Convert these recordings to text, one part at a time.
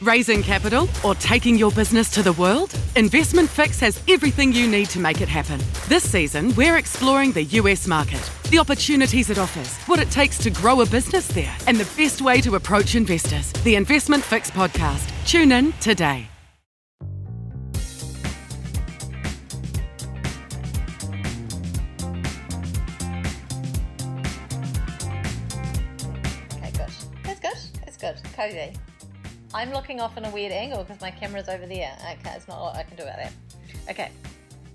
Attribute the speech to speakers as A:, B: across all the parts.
A: Raising capital or taking your business to the world? Investment Fix has everything you need to make it happen. This season, we're exploring the US market, the opportunities it offers, what it takes to grow a business there, and the best way to approach investors. The Investment Fix podcast. Tune in today.
B: Okay, good. That's good. That's good. Cozy. I'm looking off in a weird angle because my camera's over there. Okay, there's not a lot I can do about that. Okay.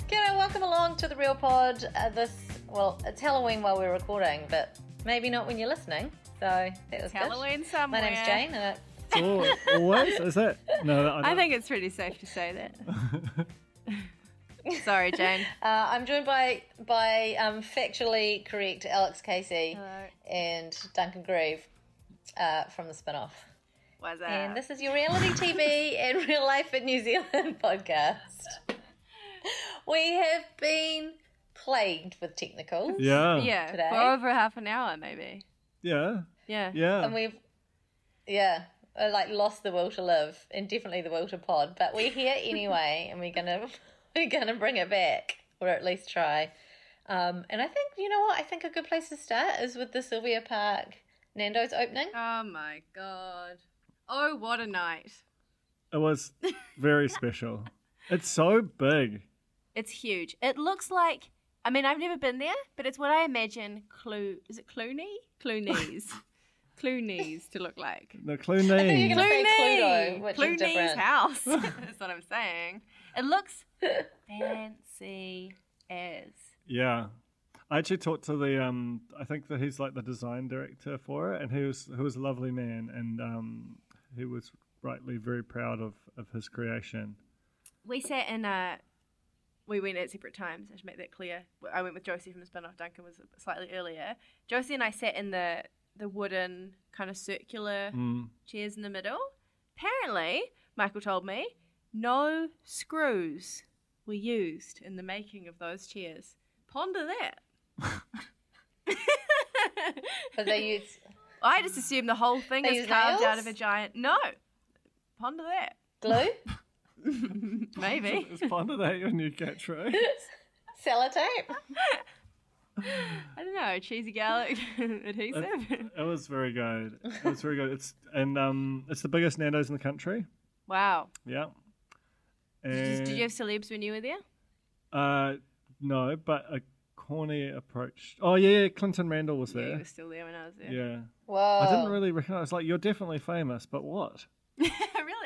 B: G'day, welcome along to the Real Pod. Uh, this, well, it's Halloween while we're recording, but maybe not when you're listening. So that was good.
C: Halloween somewhere.
B: My name's Jane, and it,
D: Oh, always? Is it? No, I,
C: I
D: don't-
C: think it's pretty safe to say that. Sorry, Jane.
B: uh, I'm joined by by um, factually correct Alex Casey and Duncan Groove uh, from the spin off.
C: What's
B: And
C: up?
B: this is your reality TV and real life in New Zealand podcast. We have been plagued with technicals.
D: Yeah.
C: yeah,
B: today?
C: for over half an hour maybe.
D: Yeah.
C: Yeah.
D: Yeah.
B: And we've, yeah, uh, like lost the will to live and definitely the will to pod. But we're here anyway, and we're gonna we're gonna bring it back, or at least try. Um, and I think you know what I think a good place to start is with the Sylvia Park Nando's opening.
C: Oh my god. Oh, what a night.
D: It was very special. It's so big.
C: It's huge. It looks like I mean, I've never been there, but it's what I imagine Clu is it Clooney? Clooney's. Clooney's to look like.
D: The
B: think you're
D: Clooney.
B: gonna- say Cluedo, which is
C: Clooney's
B: different.
C: house. That's what I'm saying. It looks fancy as.
D: Yeah. I actually talked to the um I think that he's like the design director for it and he was he was a lovely man and um he was rightly very proud of, of his creation.
C: We sat in uh we went at separate times. I should make that clear. I went with Josie from the spin-off. Duncan was slightly earlier. Josie and I sat in the the wooden kind of circular
D: Mm.
C: chairs in the middle. Apparently, Michael told me no screws were used in the making of those chairs. Ponder that.
B: But they use
C: I just assume the whole thing
B: They
C: is
B: use
C: carved out
B: nails?
C: of a giant. No, ponder that.
B: glue,
C: Maybe.
D: It's fun of that your new catchphrase.
B: sellotape.
C: I don't know, cheesy garlic adhesive.
D: It was very good. It was very good. It's and um it's the biggest Nando's in the country.
C: wow.
D: Yeah.
C: Did you, did you
D: And-
C: have celebs when you were there?
D: Uh, no, but a corny approach. Oh yeah, yeah Clinton Randall was
C: Yeah, you were
D: there.
C: still there when I was there.
D: Yeah,
B: Whoa!
D: I didn't really recognize. Like, you're definitely famous, but what?
C: really?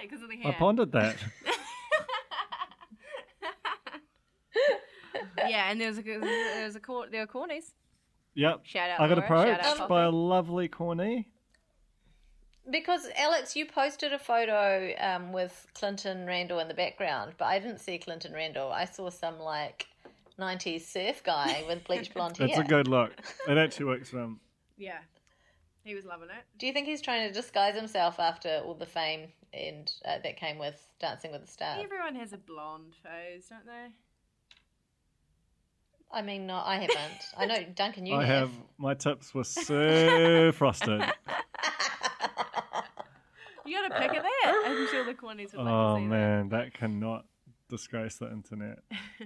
C: Because of the
D: I
C: hand.
D: pondered that.
C: yeah, and there was a there was a cor- there were cornies.
D: yep.
C: Shout out
D: I got
C: Laura, shout out
D: approached
C: Poppy.
D: by a lovely corny.
B: Because Alex, you posted a photo um, with Clinton Randall in the background, but I didn't see Clinton Randall. I saw some like '90s surf guy with bleach blonde hair.
D: It's a good look. It actually works um, for him.
C: Yeah, he was loving it.
B: Do you think he's trying to disguise himself after all the fame and uh, that came with Dancing with the Stars?
C: Everyone has a blonde phase, don't they?
B: I mean, no, I haven't. I know Duncan, you
D: I have my tips were so frosted.
C: You got to pick at that. I'm sure the cornies would like
D: Oh
C: to see
D: man, that cannot disgrace the internet.
C: that.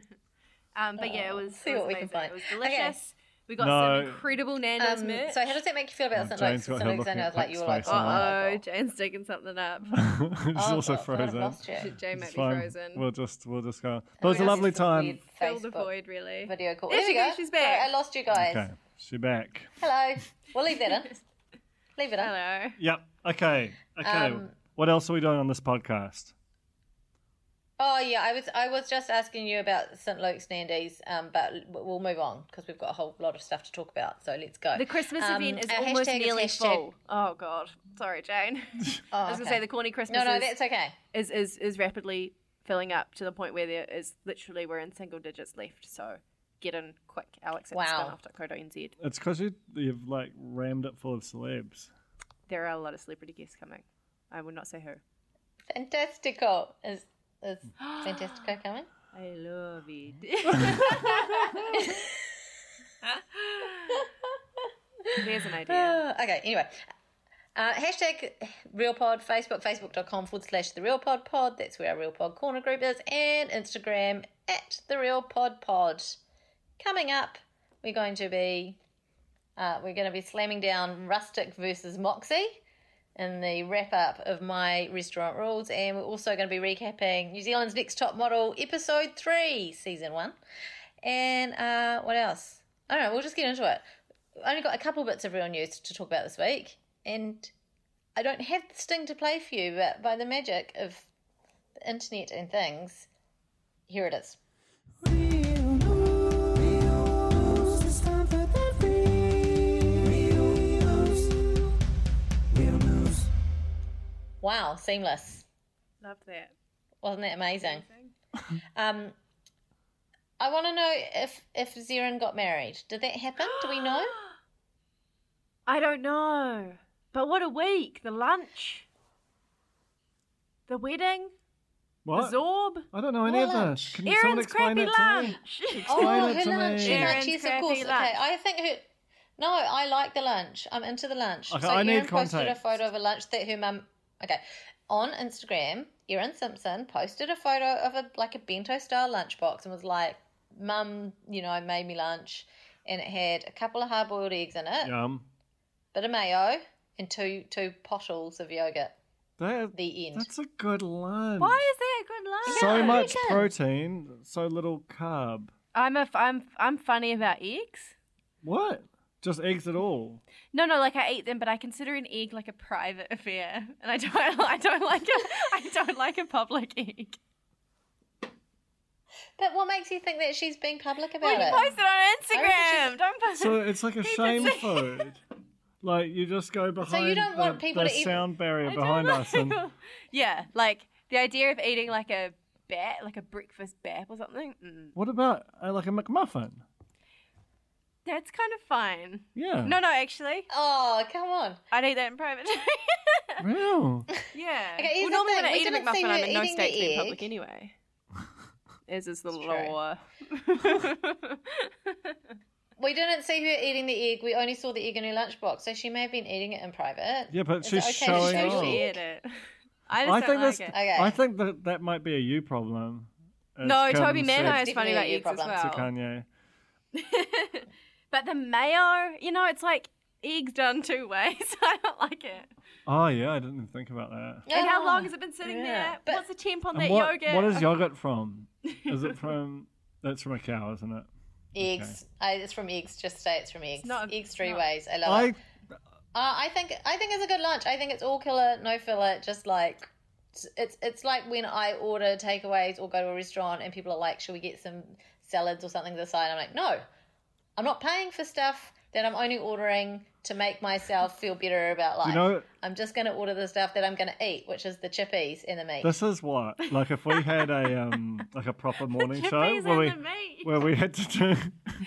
C: Um, but yeah, it
B: Oh,
C: was
B: see
C: it was
B: what we can
C: amazing. It
B: find.
C: was
B: Okay.
C: delicious. We got
D: No.
C: some incredible Nando's
B: Um,
C: merch.
B: so how does that make you feel about
D: Oh,
B: St. Luke's?
D: Jane's got her
B: St. Luke's, I
D: looking
B: know,
D: at
B: like you were like,
D: Pax
B: oh,
C: Uh oh, Jane's digging something up.
D: it's
B: Oh,
D: also
B: God, I've
D: frozen.
B: lost you.
C: Jane might
D: It's
C: be
D: fine.
C: frozen. Oh,
D: We'll just we'll just go. But it was a
C: got
D: lovely
B: It's a
D: time.
B: weird
C: Fill the
B: Facebook
C: void, really.
B: Video call.
C: There
B: There
C: she
B: we go.
C: goes, she's back.
B: Sorry, I lost you guys.
D: Okay, she back.
B: Hello. We'll leave that in. Leave it in.
C: Hello.
D: Yep. Okay. Okay.
B: Um,
D: what else are we doing on this podcast?
B: Oh yeah, I was I was just asking you about St Luke's Nandies, um, but we'll move on because we've got a whole lot of stuff to talk about. So let's go.
C: The Christmas
B: Um,
C: event is
B: our
C: almost
B: hashtag is
C: nearly
B: hashtag-
C: full. Oh god, sorry, Jane.
B: Oh,
C: I was gonna
B: okay.
C: say the corny Christmas
B: No, no,
C: is,
B: that's okay.
C: is, is is rapidly filling up to the point where there is literally we're in single digits left. So get in quick, Alex at
B: Wow.
C: spinoff.co.nz.
D: It's because you, you've like rammed it full of celebs.
C: There are a lot of celebrity guests coming. I will not say who.
B: Fantastico is is Fantastico coming?
C: I love it. There's an idea.
B: Uh, okay, anyway. Uh, hashtag RealPod, Facebook, facebook.com forward slash the RealPod pod. That's where our RealPod corner group is. And Instagram at the RealPod pod. Coming up, we're going to be uh, we're going to be slamming down rustic versus moxie in the wrap up of my restaurant rules, and we're also going to be recapping New Zealand's Next Top Model episode three, season one. And uh, what else? I don't know. We'll just get into it. I only got a couple bits of real news to talk about this week, and I don't have the sting to play for you, but by the magic of the internet and things, here it is. Wow, seamless.
C: Love that.
B: Wasn't that amazing? Um, I want to know if if Zirin got married. Did that happen? Do we know?
C: I don't know. But what a week. The lunch. The wedding.
D: What?
C: The Zorb.
D: I don't know any
B: What
D: of
B: lunch?
D: this. Can someone
C: Aaron's
D: explain
C: crappy
D: it to me?
C: lunch.
D: Explain
B: Oh,
D: it to
B: her lunch.
D: me.
B: No,
C: Aaron's
B: cheese, of course.
C: crappy
B: Okay,
C: lunch.
B: I think her. No, I like the lunch. I'm into the lunch.
D: Okay,
B: so
D: I
B: Erin
D: need
B: posted a
D: context.
B: photo of a lunch that her mum. Okay, on Instagram, Erin Simpson posted a photo of a like a bento style lunchbox and was like, "Mum, you know, I made me lunch, and it had a couple of hard boiled eggs in it,
D: Yum.
B: bit of mayo, and two two pottles of yogurt."
D: That,
B: The end.
D: That's a good lunch.
C: Why is that a good lunch?
D: So
B: Yeah,
D: much
B: good.
D: protein, so little carb.
C: I'm a f- I'm I'm funny about eggs.
D: What? Just eggs at all?
C: No, no, like I eat them, but I consider an egg like a private affair, and I don't I don't like a I don't like a public egg.
B: But what makes you think that she's being public about
C: Well, you
B: it?
C: post it on
B: I
C: Instagram. Don't post.
D: So it's like a
C: Keep it
D: shame
C: safe.
D: food. Like you just go behind
B: don't
D: the,
B: want people
D: the
B: to eat-
D: sound barrier
C: I don't
D: behind
C: like-
D: us and
C: yeah, like the idea of eating like a bat, like a breakfast bat or something. Mm,
D: what about uh, like a McMuffin?
C: that's kind of fine.
D: Yeah.
C: No, no, actually,
B: Oh, come on.
C: I'd eat that in private.
D: Real.
C: yeah.
B: Okay, here's the
C: well, normally when
B: thing,
C: I
B: we
C: eat a
B: didn't see
C: McMuffin, I'm
B: her
C: in no
B: eating
C: state to
B: the
C: be in
B: egg.
C: public anyway. As is the
B: true.
C: law.
B: We didn't see her eating the egg. We only saw the egg in her lunchbox, so she may have been eating it in private.
D: Yeah, but
B: Is
D: she's
B: it okay to
D: showing
B: show
D: off.
B: the
D: Oh.
C: She
B: egg?
C: ate it. I just don't
D: I think
C: like
D: that's
C: it.
B: Okay.
D: I think that that might be a you problem. as
C: No, Toby
D: Kim
C: Manhire
D: said
C: is funny
B: Definitely
C: about
B: your
C: eggs as
B: problem.
D: to
C: well.
D: Kanye.
C: But the mayo, you know, it's like eggs done two ways. I don't like it.
D: Oh yeah, I didn't even think about that.
C: And how long
B: Ah.
C: has it been sitting
B: yeah.
C: there?
B: But-
C: What's the temp on
D: And
C: that
D: what,
C: yogurt?
D: what is yogurt from? Is it from? That's from a cow, isn't it?
B: Eggs. I, it's from eggs. Just say it's from eggs.
C: not a-
B: eggs three
C: not-
B: ways. I love
D: I
B: it. Uh, I think I think it's a good lunch. I think it's all killer, no filler. Just like it's it's like when I order takeaways or go to a restaurant and people are like, "Should we get some salads or something to the side?" I'm like, "No, I'm not paying for stuff that I'm only ordering to make myself feel better about life.
D: you know
B: I'm just going to order the stuff that I'm going to eat, which is the chippies and the meat."
D: this is what like if we had a um like a proper morning show
C: Chippies
D: where
C: and
D: we
C: the meat.
D: where we had to do.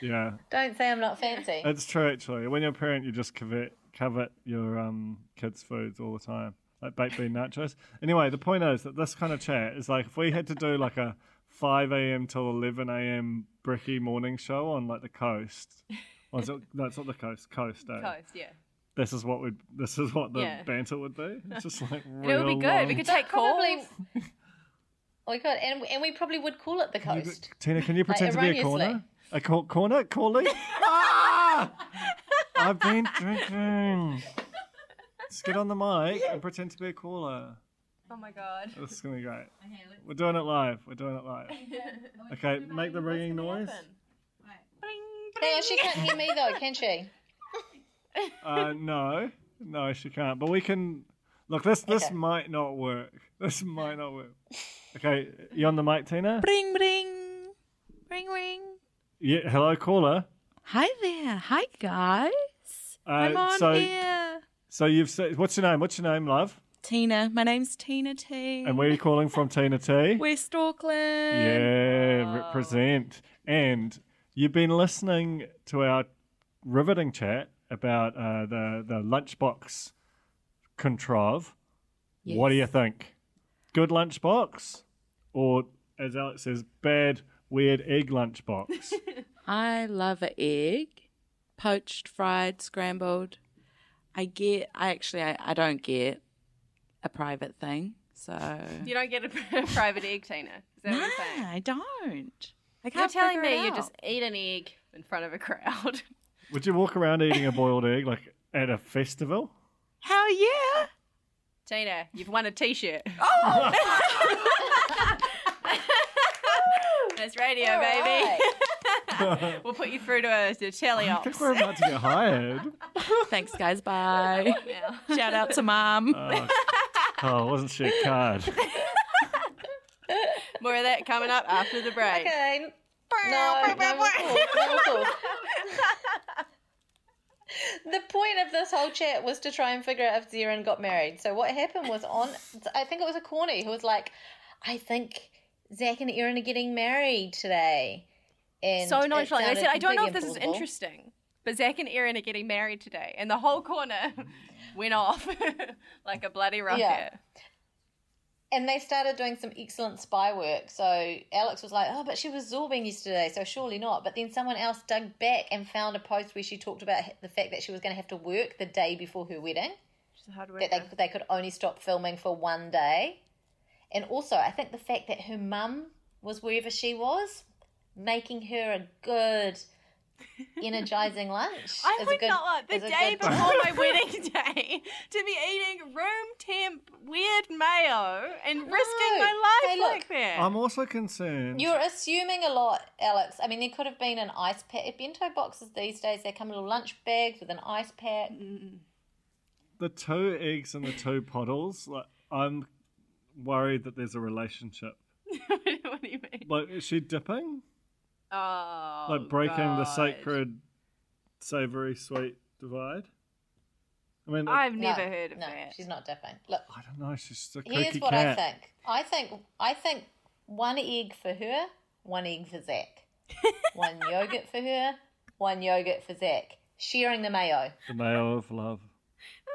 D: yeah,
B: Don't say I'm not fancy.
D: it's true. Actually, when you're a parent, you just covet covet your um kids' foods all the time, like baked bean nachos. Anyway, the point is that this kind of chat is like if we had to do like a 5 a.m. till 11 a.m. bricky morning show on like the coast. Or is it, no, it's not the coast. Coast, eh?
C: Toast, yeah.
D: This is what we. This is what the
C: Yeah.
D: banter would be. It's just like
C: And it would be
D: real
C: good. We
D: long-
C: could take
B: probably Oh,
C: calls.
B: we could, and and we probably would call it the
D: Can you-
B: coast.
D: Tina, can you pretend to be a
B: erroneously.
D: corner? A cor- corner? Callie? ah! I've been drinking. Just get on the mic and pretend to be a caller.
C: Oh my god.
D: This is going to be great. We're doing it live. We're doing it live. Okay, make the ringing noise.
B: Hang on, she can't hear me though, can she?
D: Uh, no. No, she can't. But we can. Look, this this
B: Okay.
D: might not work. This might not work. Okay, you on the mic, Tina?
E: Ring, ring, ring, ring.
D: Yeah, hello, caller.
E: Hi there. Hi, guys.
D: Uh,
E: I'm on
D: so
E: here.
D: so you've said what's your name? What's your name, love?
E: Tina. My name's Tina T.
D: And where are you calling from, Tina T?
E: West Auckland.
D: Yeah, represent. And you've been listening to our riveting chat about uh, the the lunchbox controve. What do you think? Good lunchbox, or as Alex says, bad weird egg lunchbox.
E: I love an egg, poached, fried, scrambled. I get. I actually. I, I don't get a private thing. So
C: You don't get a, private egg, Tina. Is that
E: no,
C: what you're saying?
E: I don't. I
C: You're
E: can't
C: telling
E: figure it
C: me you
E: out.
C: just eat an egg in front of a crowd.
D: Would you walk around eating a boiled egg like at a festival?
E: Hell yeah!
C: Tina, you've won a t shirt. That's radio,
B: All
C: baby.
B: right.
C: We'll put you through to a to telly
D: I think we're
C: ops.
D: about to get hired.
E: Thanks, guys. Bye.
C: now.
E: Shout out to mom.
D: Oh, wasn't she a card?
C: More of that coming up after the break.
B: Okay. No, no more talk, no more talk. The point of this whole chat was to try and figure out if Ziran got married. So what happened was on, I think it was a corny who was like, "I think Zach and Erin are getting married today." And
C: So
B: it
C: nonchalantly. I
B: sounded
C: said, I don't know if
B: completely
C: this is
B: implausible.
C: interesting, but Zach and Erin are getting married today. And the whole corner went off like a bloody rocket.
B: And they started doing some excellent spy work. So Alex was like, "Oh, but she was zorbing yesterday, so surely not." But then someone else dug back and found a post where she talked about the fact that she was going to have to work the day before her wedding.
C: She's a hard
B: that
C: worker.
B: they, they could only stop filming for one day. And also, I think the fact that her mum was wherever she was, making her a good, energizing lunch.
C: I
B: is a
C: would
B: good-
C: not want the
B: is a
C: day
B: good-
C: before my wedding day to be eating room temp weird mayo and risking my life
B: Hey, look.
C: like that.
D: I'm also concerned.
B: You're assuming a lot, Alex. I mean, there could have been an ice pack. Bento boxes these days, they come in little lunch bags with an ice pack.
D: the two eggs and the two puddles, like, I'm worried that there's a relationship.
C: what do you mean?
D: Like, is she dipping?
C: Oh,
D: Like, breaking the
C: God.
D: sacred savory sweet divide? I mean, I,
C: I've never heard of
B: no,
C: that.
B: she's not dipping. Look,
D: don't know. She's just a
B: here's
D: kooky
B: what
D: cat.
B: I think. I think I think one egg for her, one egg for Zach. one yogurt for her, one yogurt for Zach. Sharing the mayo.
D: The mayo of love.
C: Oh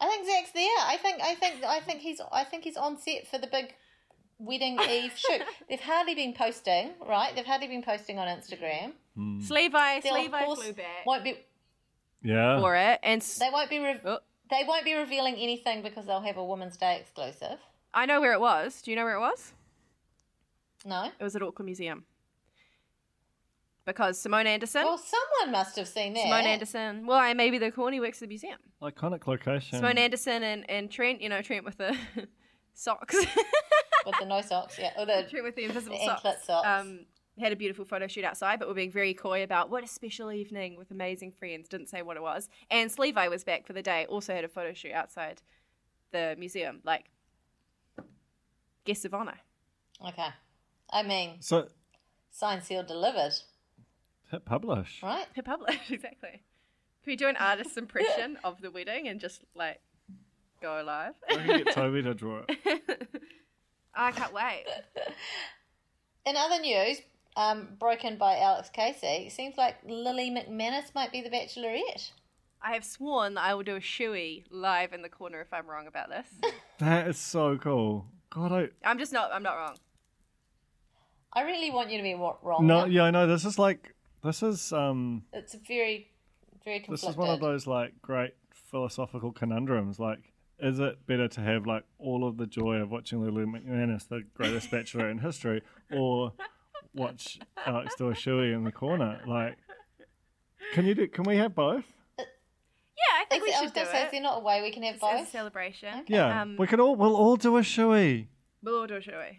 B: I think Zach's there. I think I think I think he's I think he's on set for the big wedding eve shoot. They've hardly been posting, right? They've hardly been posting on Instagram.
D: Mm.
C: Slevi,
B: They'll, of
C: Slevi
B: course,
C: flew back
B: won't be
D: Yeah.
C: for it, and s-
B: they won't be re-
C: Oh.
B: they won't be revealing anything because they'll have a Women's Day exclusive.
C: I know where it was. Do you know where it was?
B: No.
C: It was at Auckland Museum because Simone Anderson.
B: Well, someone must have seen that.
C: Simone Anderson. Well, I maybe the corny works at the museum.
D: Iconic location.
C: Simone Anderson and, and Trent, you know, Trent with the socks.
B: with the no socks, yeah, or the
C: Trent with the invisible
B: The
C: socks.
B: anklet socks.
C: Um, had a beautiful photo shoot outside, but we're being very coy about what a special evening with amazing friends. Didn't say what it was. And Slevi was back for the day. Also had a photo shoot outside the museum, like guests of honor.
B: Okay. I mean,
D: So,
B: signed, sealed, delivered,
D: hit publish.
B: right?
C: Her publish exactly. Can we do an artist's impression of the wedding and just like go live?
D: I can get Toby to draw it.
C: I can't wait.
B: In other news, um, broken by Alex Casey, it seems like Lily McManus might be the bachelorette.
C: I have sworn that I will do a shoey live in the corner if I'm wrong about this.
D: That is so cool. God, I,
C: I'm just not. I'm not wrong.
B: I really want you to be wa- wrong.
D: No,
B: Oh, yeah.
D: yeah, I know. This is like this is um
B: It's a very, very conflicted.
D: this is one of those like great philosophical conundrums. Like, is it better to have like all of the joy of watching Lulu McManus, the greatest bachelor in history, or watch Alex Dorshui in the corner? Like, can you do? Can we have both?
C: Yeah, I think
B: Is
C: we
B: it- I was
C: should do
B: going to say, is
C: it.
B: there not a way we can have
C: It's a
B: both?
C: celebration.
D: Yeah,
C: Um,
D: we can all. We'll all do a shoey.
C: We'll all do a shoey.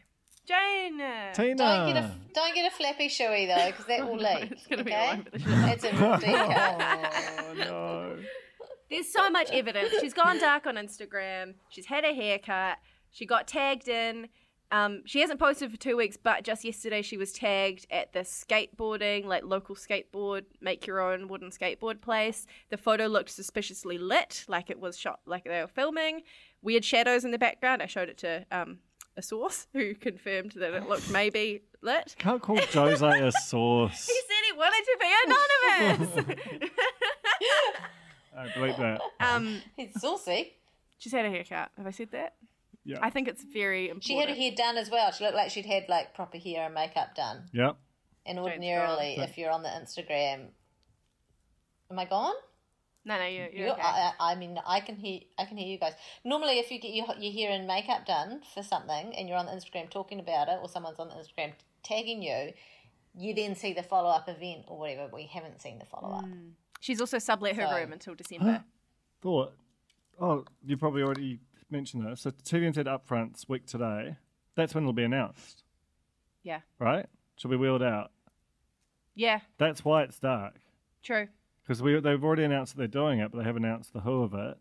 C: Jane.
D: Tina,
B: Don't get a don't get a flappy shoey though, because that will leak.
C: it's gonna be all
B: okay,
C: over the
B: that's a real deco.
D: oh no,
C: There's so much evidence. She's gone dark on Instagram. She's had a haircut. She got tagged in. Um, she hasn't posted for two weeks, but just yesterday she was tagged at the skateboarding, like local skateboard, make your own wooden skateboard place. The photo looked suspiciously lit, like it was shot, like they were filming. Weird shadows in the background. I showed it to um, a source who confirmed that it looked maybe lit.
D: Can't call Jose a source.
C: He said he wanted to be anonymous.
D: I believe that.
C: um,
B: He's saucy.
C: she's had a haircut. Have I said that?
D: Yeah.
C: I think it's very important.
B: She had her hair done as well. She looked like she'd had like proper hair and makeup done.
D: Yep.
B: And ordinarily, if you're on the Instagram, am I gone?
C: No, no, you
B: You-
C: you're okay.
B: I, I I mean, I can hear, I can hear you guys. Normally, if you get your, your hair and makeup done for something, and you're on the Instagram talking about it, or someone's on the Instagram tagging you, you then see the follow up event or whatever. We haven't seen the follow up.
C: Mm. She's also sublet her room until December.
D: Thought. Oh, you probably already mentioned this. So TVNZ upfronts week today. That's when it'll be announced,
C: yeah.
D: right? Should be wheeled out.
C: Yeah,
D: That's why it's dark
C: true.
D: because we they've already announced that they're doing it, but they haven't announced the who of it.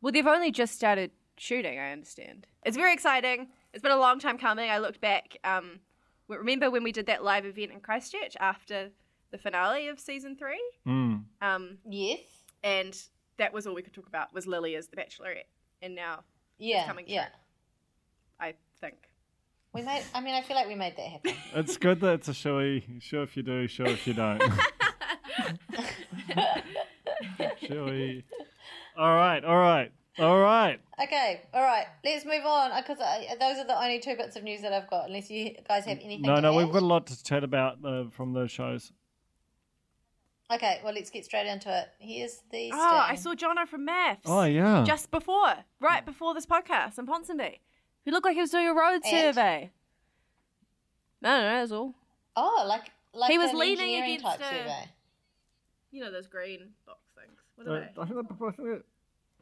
C: Well, they've only just started shooting, I understand. It's very exciting. It's been a long time coming. I looked back. Um, w- remember when we did that live event in Christchurch after the finale of season three?
D: Mm.
C: Um,
B: Yes.
C: and that was all we could talk about was Lily as the Bachelorette. And now
B: Yeah.
C: coming
B: Yeah.
C: through. I think.
B: We made. I mean, I feel like we made that happen.
D: It's good that it's a showy. Sure if you do, sure if you don't. showy. All right, all right, all right.
B: okay. All right. Let's move on because those are the only two bits of news that I've got. Unless you guys have anything.
D: No,
B: to
D: no,
B: add.
D: we've got a lot to chat about uh, from those shows.
B: Okay. Well, let's get straight into it. Here's the.
C: Oh, I
B: sting.
C: saw Jono from Maths.
D: Oh yeah.
C: Just before, right before this podcast in Ponsonby. He looked like he was doing a road
B: And?
C: survey. No, no, that's all.
B: Oh, like like
C: He was
B: an
C: leaning
B: engineering
C: against
B: type
C: a-
B: survey.
C: You know those green box things. What
D: Uh, I think that- I think that-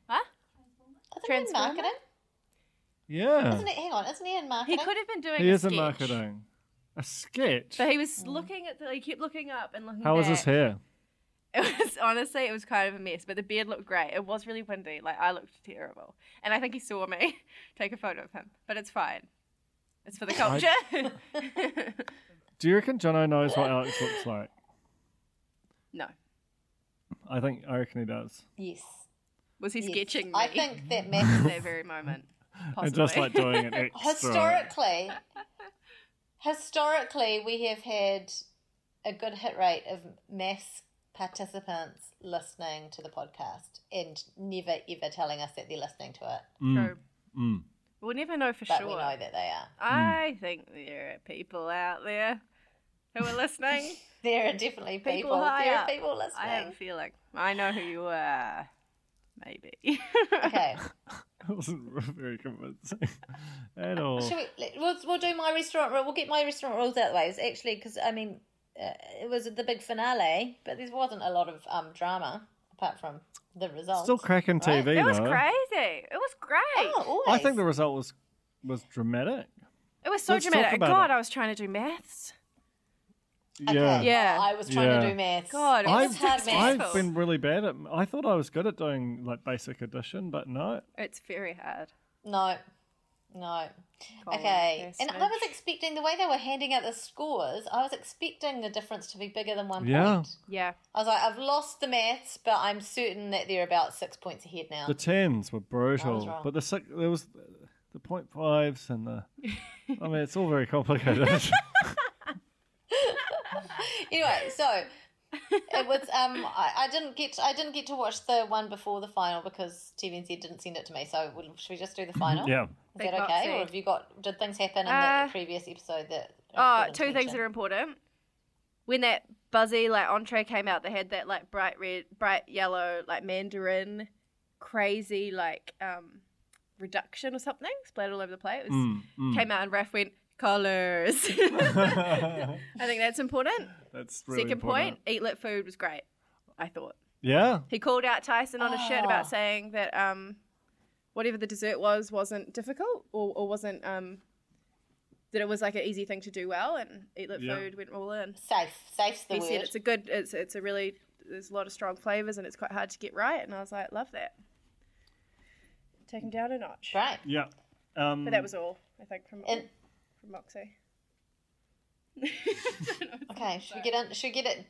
C: Huh?
B: Isn't he in
C: Transformer?
B: marketing?
D: yeah.
B: Isn't it? Hang on, isn't he in
C: He
B: marketing?
C: could have been doing.
D: He
C: a
D: is in
C: sketch,
D: marketing. A sketch.
C: But he was looking at the. He kept looking up and looking.
D: How was
C: back.
D: his hair?
C: It was honestly, it was kind of a mess. But the beard looked great. It was really windy. Like I looked terrible, and I think he saw me take a photo of him. But it's fine. It's for the culture.
D: Do you reckon Jono knows what Alex looks like?
C: no,
D: I think I reckon he does.
B: Yes.
C: was he
B: yes.
C: sketching me
B: I think that
C: at
B: Max
C: that very moment?
D: And just
C: Possibly.
D: like doing it extra.
B: historically, historically we have had a good hit rate of mass participants listening to the podcast and never ever telling us that they're listening to it,
C: True.
D: Mm.
C: We'll never know for
B: but
C: sure.
B: we know that they are.
C: I think there are people out there who are listening.
B: There are definitely people.
C: people high
B: there are
C: up.
B: people
C: I have a
B: listening.
C: feeling. I know who you are. Maybe.
B: Okay.
D: That wasn't very convincing at all.
B: Should we, let- we'll, we'll do my restaurant rule. We'll get my restaurant rules out of the way. It's actually because, I mean, uh, it was the big finale, but there wasn't a lot of um, drama apart from the results.
D: Still cracking
B: Right.
D: TV
C: It was
D: though.
C: crazy. It was great.
B: Oh, always.
D: I think the result was was dramatic.
C: it was so
D: let's talk
C: dramatic.
D: about
C: God,
D: it.
C: I was trying to do maths.
B: Okay.
D: Yeah.
C: Yeah.
B: I was trying to
D: Yeah.
B: do maths.
C: God, it
B: it
D: I've,
B: was hard maths.
D: I've been really bad at. I thought I was good at doing like basic addition, but no.
C: It's very hard.
B: No, no.
C: Colin
B: okay. And I was
C: Passage.
B: expecting the way they were handing out the scores, I was expecting the difference to be bigger than one
D: Yeah.
B: point.
C: Yeah.
B: I was like, I've lost the maths, but I'm certain that they're about six points ahead now.
D: The tens were brutal,
B: wrong.
D: but the six, there was the point fives and the. I mean, it's all very complicated.
B: anyway, so it was. Um, I, I didn't get. I didn't get to watch the one before the final because TVNZ didn't send it to me. So we'll- should we just do the final?
D: Mm-hmm. yeah.
B: Is that
C: Big box
B: okay?
C: seat.
B: Or have you got? Did things happen in
C: Uh,
B: the previous episode that?
C: Oh,
B: got
C: two things
B: attention?
C: that are important. When that buzzy like entree came out, they had that like bright red, bright yellow, like mandarin, crazy like um reduction or something splattered all over the plate. It was,
D: Mm, mm.
C: Came out and Raf went colors. I think that's important.
D: That's really
C: Second
D: important.
C: point, eat lit food was great. I thought
D: Yeah.
C: he called out Tyson on a shirt
B: Ah.
C: about saying that um whatever the dessert was wasn't difficult or, or wasn't um that it was like an easy thing to do well and eat lit
D: Yeah.
C: food went all in.
B: Safe. Safe's the
C: He
B: word.
C: said it's a good, it's it's a really there's a lot of strong flavors and it's quite hard to get right. And I was like, love that. Take them down a notch.
B: Right.
D: Yeah. Um,
C: But that was all I think from
B: And
C: from Moxie.
B: okay, should we get in, should we get it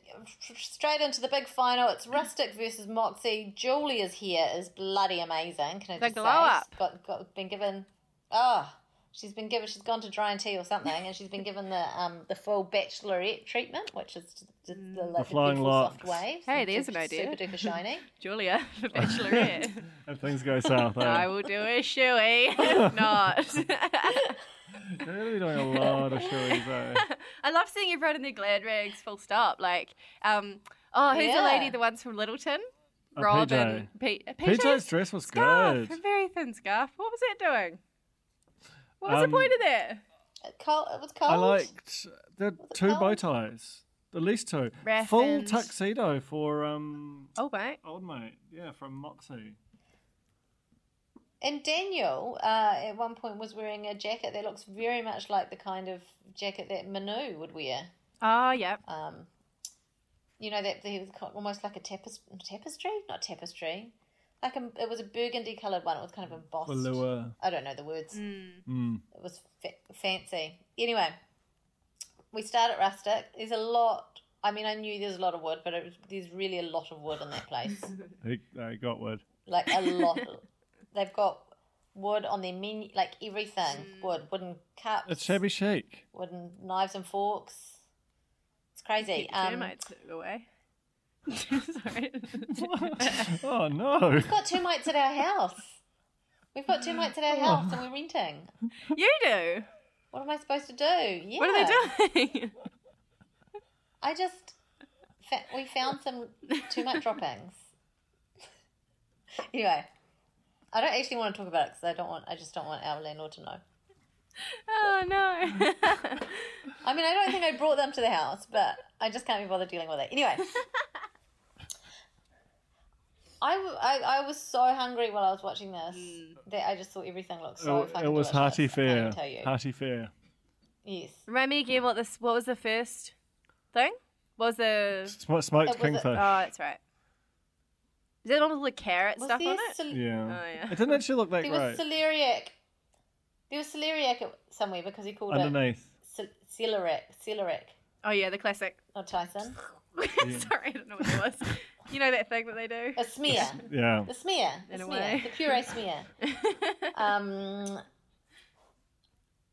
B: straight into the big final? It's rustic versus Moxie. Julia's here is bloody amazing. Can I
C: The
B: just
C: glow
B: say?
C: up.
B: She's got, got been given. Oh, she's been given. She's gone to dry and tea or something, and she's been given the um the full bachelorette treatment, which is the, the, the, like, the
D: flying
B: beautiful
D: locks.
B: soft waves.
C: Mm. Hey,
B: the
C: there's
B: super-
C: an idea.
B: Super duper shiny.
C: Julia, the Bachelorette.
D: if things go south, eh?
C: I will do a shoey. If not.
D: You're going to be doing a lot of shows, eh?
C: I love seeing everyone in their glad rags. Full stop. Like, um, oh, who's the
B: Yeah.
C: lady? The ones from Littleton.
D: Oh,
C: Robin. P-
D: PJ's dress was
C: scarf.
D: good.
C: A very thin scarf. What was that doing? What was
D: Um,
C: the point of that?
B: Cold, Uh, it was cold.
D: I liked the two bow
B: called?
D: ties, at least two. Full
C: Raffins.
D: tuxedo for um
C: Oh wait.
D: old mate, yeah, from Moxie.
B: And Daniel, uh, at one point, was wearing a jacket that looks very much like the kind of jacket that Manu would wear.
C: Oh yeah.
B: Um, you know that he was kind of almost like a tapes- tapestry, not tapestry, like a, it was a burgundy coloured one. It was kind of embossed.
D: Balua.
B: I don't know the words.
D: Mm.
B: It was fa- fancy. Anyway, we start at rustic. There's a lot. I mean, I knew there's a lot of wood, but it was, there's really a lot of wood in that place.
D: They, they uh, got wood.
B: like a lot. They've got wood on their menu, like everything
C: Mm.
B: wood, wooden cups,
D: It's shabby chic.
B: wooden knives and forks. It's crazy.
C: Keep the
B: Um,
C: termites away. Sorry.
D: oh no!
B: we've got termites at our house. We've got termites at our house, and we're renting.
C: you do.
B: What am I supposed to do? Yeah.
C: What are they doing?
B: I just fa- we found some termite droppings. anyway, I don't actually want to talk about it because I don't want. I just don't want our landlord to know.
C: oh no.
B: I mean, I don't think I brought them to the house, but I just can't be bothered dealing with it. Anyway, I, w- I- I was so hungry while I was watching this
C: Mm.
B: that I just thought everything looked so
D: it,
B: fucking
D: it was
B: delicious,
D: hearty
B: I
D: fair.
B: can tell you.
D: Hearty fair.
B: Yes.
C: Remind me again what this what was the first thing? What was the
D: Sm- smoked
B: It was a-
D: kingfish.
C: Oh, that's right. Is it on all the carrot
B: Was
C: stuff
B: there
C: on it?
B: cel-
D: yeah.
C: Oh, yeah.
D: It didn't actually look that
B: There was
D: great
B: celeriac. There was celeriac at- somewhere because he called it
D: underneath.
B: ce- celeriac. Celeriac.
C: Oh yeah, the classic.
B: Not Tyson.
C: Sorry, I don't know what it was. You know that thing that they do?
B: A smear.
D: Yeah.
B: The smear. The
C: In a
B: smear.
C: way.
B: The puree smear. um,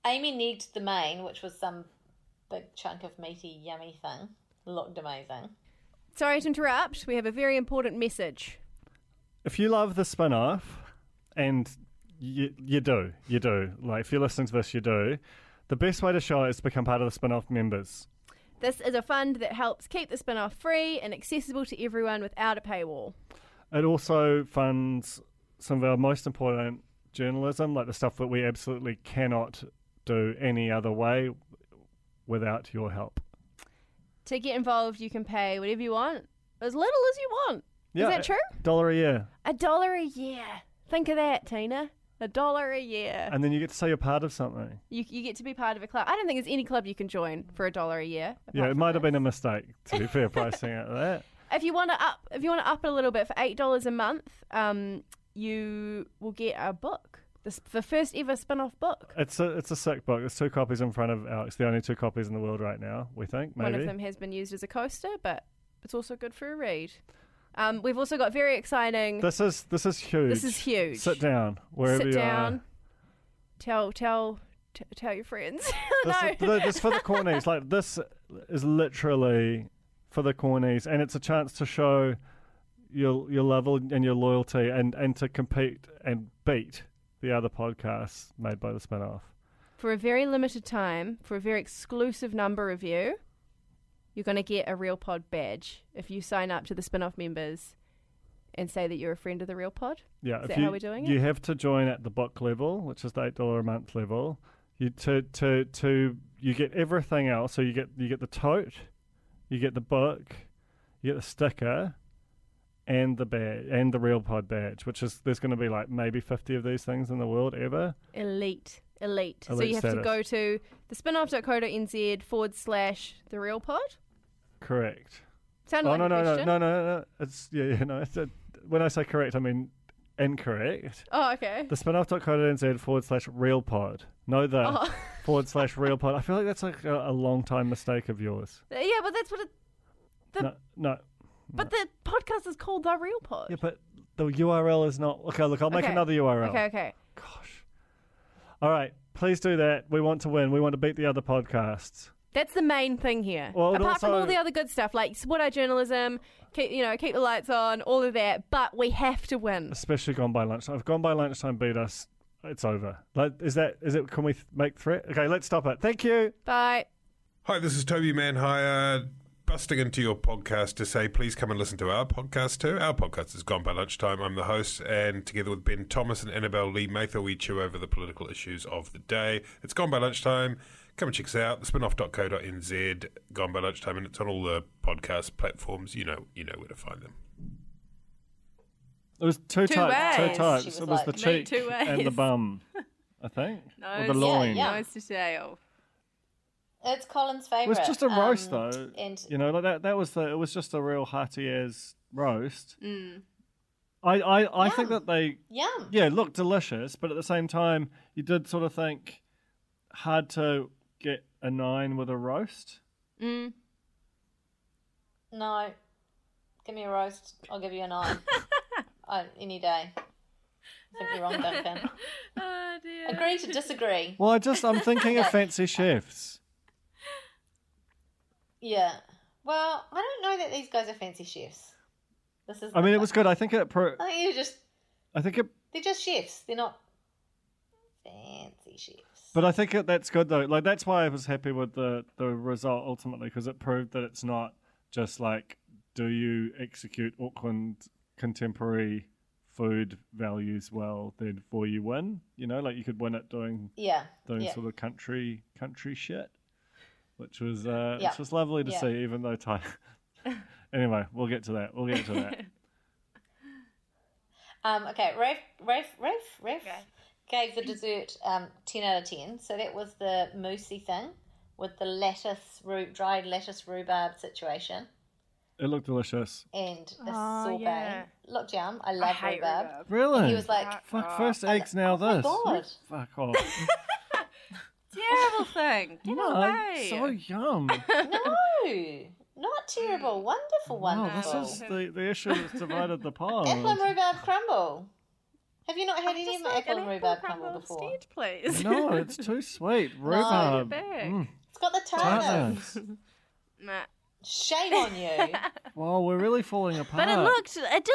B: Amy negged the main, which was some big chunk of meaty, yummy thing. Looked amazing.
F: Sorry to interrupt. We have a very important message.
D: If you love the spin off, and you, you do, you do, like if you're listening to this, you do, the best way to show it is to become part of the spin off members.
F: This is a fund that helps keep the spin off free and accessible to everyone without a paywall.
D: It also funds some of our most important journalism, like the stuff that we absolutely cannot do any other way without your help.
F: To get involved, you can pay whatever you want, as little as you want.
D: Yeah,
F: is that true?
D: Dollar a year.
F: A dollar a year. Think of that, Tina. A dollar a year.
D: And then you get to say you're part of something.
F: You, you get to be part of a club. I don't think there's any club you can join for a dollar a year.
D: Yeah,
F: apart
D: it
F: from
D: might have
F: this.
D: been a mistake, to be fair, pricing it at that.
F: If you want to up, if you want to up it a little bit for eight dollars a month, um, you will get a book. The, s- the first ever spin-off book.
D: It's a, it's a sick book. There's two copies in front of Alex, the only two copies in the world right now, we think, maybe.
F: One of them has been used as a coaster, but it's also good for a read. Um, we've also got very exciting.
D: This is this is huge.
F: This is huge.
D: Sit down wherever
F: Sit
D: you
F: down.
D: are.
F: Tell tell t- tell your friends.
D: This,
F: no.
D: is- th- this is for the cornies. Like this is literally for the cornies, and it's a chance to show your your level and your loyalty, and and to compete and beat the other podcasts made by the spin-off.
F: for a very limited time, for a very exclusive number of you, you're going to get a Real Pod badge if you sign up to the spin off members and say that you're a friend of the Real Pod.
D: Yeah,
F: Is
D: if
F: that
D: you,
F: how we're doing
D: You
F: it?
D: have to join at the book level, which is the eight dollar a month level. You to to to you get everything else. So you get you get the tote, you get the book, you get the sticker, and the badge and the real pod badge, which is there's going to be like maybe fifty of these things in the world ever.
F: Elite. Elite. so
D: Elite
F: you have to
D: status.
F: go to the spinoff.co.nz forward slash the Real Pod
D: Correct.
F: Sound
D: Oh
F: like
D: no
F: a
D: no no
F: question.
D: no no no! It's yeah yeah no. It's a, when I say correct, I mean incorrect.
F: Oh, okay.
D: The spinoff.co.nz forward slash real pod. No, the
F: Oh.
D: forward slash real pod. I feel like that's like a, a long time mistake of yours.
F: yeah, but that's what it. The-
D: no, no.
F: But the podcast is called The Real Pod.
D: Yeah, but the URL is not. Okay, look, I'll make
F: Okay.
D: another URL.
F: Okay, okay.
D: Gosh. All right, please do that. We want to win. We want to beat the other podcasts.
F: That's the main thing here.
D: Well, and
F: Apart from all
D: also-
F: the other good stuff, like what our journalism, keep you know, keep the lights on, all of that. But we have to win.
D: Especially gone by lunchtime. If gone by lunchtime beat us, it's over. Like, is that? Is it? Can we th- make threat? Okay, let's stop it. Thank you.
F: Bye.
G: Hi, this is Toby Manhire busting into your podcast to say please come and listen to our podcast too. Our podcast is Gone by Lunchtime. I'm the host, and together with Ben Thomas and Annabelle Lee Mather, we chew over the political issues of the day. It's Gone by Lunchtime. Come and check us out. Spinoff.co.nz, Gone by Lunchtime, and it's on all the podcast platforms. You know, you know where to find them.
D: It was two,
C: Two
D: types.
C: ways.
D: Two types.
B: She was
D: it
B: like,
D: was the
B: "Me
D: cheek
C: two
D: and the
C: ways."
D: bum, I think, or
C: Nose-
D: the
C: Yeah,
D: loin.
B: yeah.
C: Nose to tail.
B: It's Colin's
D: It
B: favourite.
D: was just a
B: um,
D: roast, though.
B: And
D: you know, like that that was the. It was just a real hearty as roast. I I, I think
B: Yum.
D: that they
B: yum.
D: yeah looked delicious, but at the same time, you did sort of think hard to get a nine with a roast.
F: Mm.
B: No, give me a roast. I'll give you a nine. oh, any day. I think you're wrong, Duncan.
C: Oh dear.
B: Agree to disagree.
D: Well, I just I'm thinking of fancy chefs.
B: Yeah. Well, I don't know that these guys are fancy chefs. This is.
D: I mean, it was good. I think it. Pro-
B: I think you're just.
D: I think it
B: They're just chefs. They're not fancy chefs.
D: But I think it, that's good though. Like that's why I was happy with the the result ultimately because it proved that it's not just like do you execute Auckland contemporary food values well, therefore you win. You know, like you could win it doing
B: Yeah.
D: doing
B: yeah.
D: sort of country country shit, which was uh,
B: Yeah.
D: which was lovely to
B: Yeah.
D: see. Even though Ty. anyway, we'll get to that. We'll get to that.
B: Um, okay, Rafe, Rafe, Rafe, Rafe gave the dessert um, 10 out of 10. So that was the moussey thing with the lettuce, ru- dried lettuce rhubarb situation
D: it looked delicious.
B: and the
F: Oh,
B: sorbet.
F: yeah.
B: Look, Jam, I love
C: hate
B: rhubarb.
C: rhubarb.
D: Really?
B: He was like,
D: Fuck
C: Oh,
D: first eggs, now
B: oh my
D: this.
B: God.
D: Fuck off.
C: Terrible thing. Get
D: No,
C: away.
D: Oh, so yum.
B: no, not
C: Mm.
B: terrible, wonderful,
D: Wow,
B: wonderful.
D: this is Oh. the, the issue that's divided the pond.
B: Apple and rhubarb crumble. Have you not had any
C: Just
B: of my
C: like
B: apple
C: an
B: and
C: apple
B: rhubarb
C: crumble
B: crumble before?
C: instead, please.
D: No, it's too sweet. Rhubarb.
C: big.
D: Mm,
B: It's got the tartness.
D: tartness.
C: Nah.
B: Shame on you.
D: Wow, we're really falling apart.
C: But it looked, it didn't even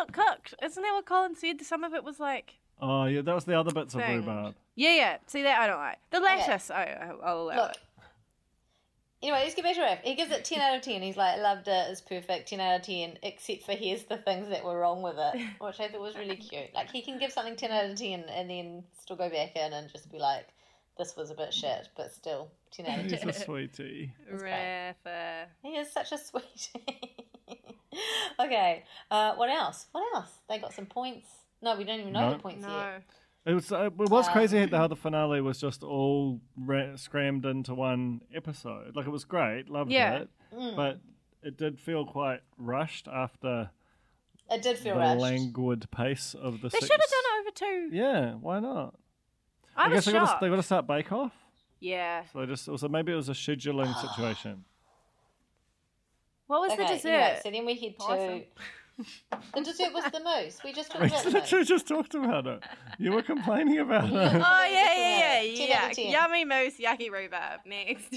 C: look cooked. Isn't that what Colin said? Some of it was like,
D: Oh, yeah, that was the other bits
C: Thing.
D: of rhubarb.
C: yeah, yeah. See that I don't like the
B: Okay.
C: lettuce. I, I'll allow
B: Look.
C: it.
B: Anyway, let's get back to Raph. He gives it 10 out of 10. He's like, loved it, it's perfect, 10 out of 10, except for here's the things that were wrong with it, which I thought was really cute. Like, he can give something 10 out of 10 and then still go back in and just be like, this was a bit shit, but still 10 out of 10.
D: He's a sweetie.
B: was great.
C: Raffa.
B: he is such a sweetie. okay, uh, what else? What else? They got some points. No, we don't even know
D: No.
B: the points yet.
C: No.
D: It was, uh, it was
B: Um,
D: crazy how the finale was just all ra- scrammed into one episode. Like, it was great, loved
C: Yeah. Mm.
D: it, but it did feel quite rushed after
B: It did feel
D: the
B: rushed.
D: languid pace of the
C: They should have done over two.
D: Yeah, why not?
C: I, was
D: guess they gotta-
C: shocked.
D: they got to start Bake Off.
C: Yeah.
D: So they just, so maybe it was a scheduling situation.
C: What was the
B: Okay,
C: dessert?
B: anyway, so then we head to.
C: Awesome.
B: The dessert was the moose. We just talked
D: We
B: about the moose.
D: literally just talked about it. You were complaining about it.
C: Oh yeah,
B: yeah, yeah.
C: yeah, yeah,
B: Ten out
C: yeah.
B: of ten.
C: Yuck. Yummy moose, yucky rhubarb. Next.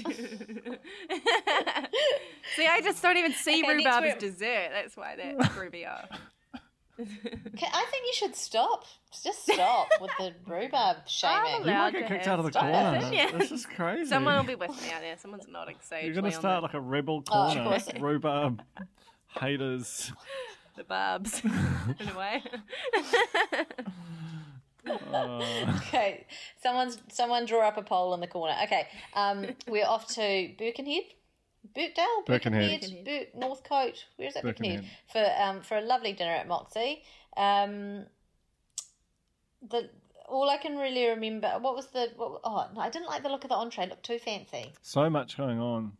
C: see, I just don't even see
B: Okay, next
C: rhubarb as
B: room.
C: dessert. That's why that threw me off.
B: Okay, I think you should stop. Just stop with the rhubarb
C: I'll
B: shaming.
D: You
C: allow-
D: might
C: Allowed
D: get
C: to
D: kicked
C: have
D: out of the
C: stuff.
D: corner.
C: Yeah.
D: This is crazy.
C: Someone will be with me out there. Someone's nodding sagely
D: You're going to
C: on
D: start
C: the,
D: like a rebel
B: Oh, of
D: corner.
B: course.
D: Rhubarb haters.
C: the barbs in a way.
D: Uh,
B: okay, someone's someone draw up a poll in the corner. Okay, um, we're off to Birkenhead, Birkdale,
D: Birkenhead.
B: Birkenhead, Bir- Northcote. Where is that Birkenhead?
D: Birkenhead.
B: For um, for a lovely dinner at Moxie. Um, the all I can really remember what was the what, oh no, I didn't like the look of the entree. It looked too fancy.
D: so much going on.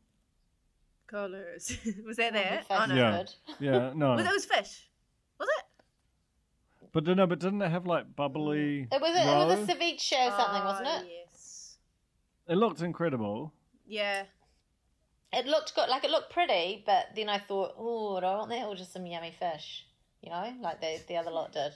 C: colors. was that that?
B: Fish
C: Oh, no.
B: is
D: Yeah.
B: good.
D: Yeah, no.
C: Was it it was fish? Was it?
D: But no, but didn't it have like bubbly?
B: It was a, it was
D: roe?
B: a ceviche or something, wasn't
C: Oh,
B: it?
C: Yes.
D: It looked incredible.
C: Yeah.
B: It looked good, like it looked pretty, but then I thought, oh, do I want that or just some yummy fish? You know, like the the other lot did.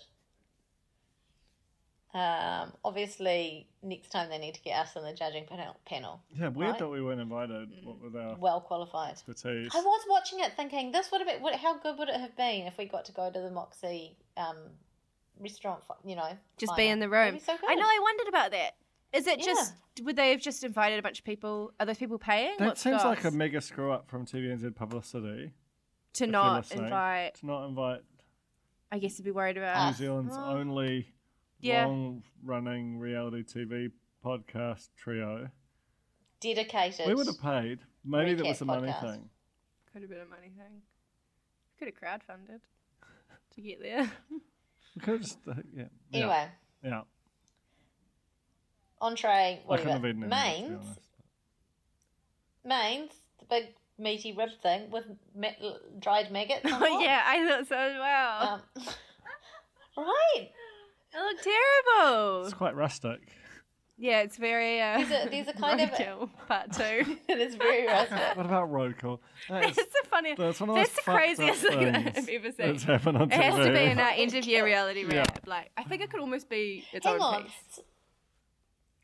B: Um, obviously, next time they need to get us on the judging panel. panel
D: Yeah, weird
B: Right.
D: that we weren't invited. What with our
B: well qualified.
D: expertise?
B: I was watching it thinking, this would have been, would, how good would it have been if we got to go to the Moxie um, restaurant, fi- you know?
F: Just
B: final?
F: be in the room.
B: It'd be so good.
C: I know. I wondered about that. Is it
B: Yeah.
C: just? Would they have just invited a bunch of people? Are those people paying?
D: That
C: What's
D: seems like a
C: cost
D: mega screw up from TVNZ publicity.
C: to
D: if you're
C: not
D: listening,
C: invite.
D: To not invite
C: I guess to be worried
D: New
C: about.
B: Us.
D: Zealand's
C: Oh.
D: only
C: Yeah.
D: long running reality TV podcast trio.
B: Dedicated.
D: We would have paid. Maybe that was
B: Recap
D: the money
B: podcast.
D: thing.
C: Could have been a money thing. Could have crowdfunded to get there.
D: We could have just, uh, yeah. yeah,
B: Anyway,
D: Yeah.
B: entree,
D: I couldn't have
B: whatever.
D: eaten it. to be
B: Mains,
D: honest.
B: mains, the big meaty rib thing with ma- l- dried maggots. on
C: Oh
B: top.
C: yeah, I thought so as well.
B: Um, right.
C: It looked terrible.
D: It's quite rustic.
C: Yeah, it's very. Uh,
B: There's a- there's a kind of-
C: Roadkill part two.
B: it is very rustic.
D: what about roadkill? That
C: it's
D: is-
C: the funny.
D: That's
C: That's,
D: one of those
C: the
D: fucked up
C: craziest thing I've
D: things
C: ever
D: that's
C: seen.
D: happened on
C: It has to be
D: TV.
C: in our end of year reality
D: Yeah.
C: wrap. Like, I think it could almost be its
B: Hang
C: own
B: on.
C: piece.
B: S-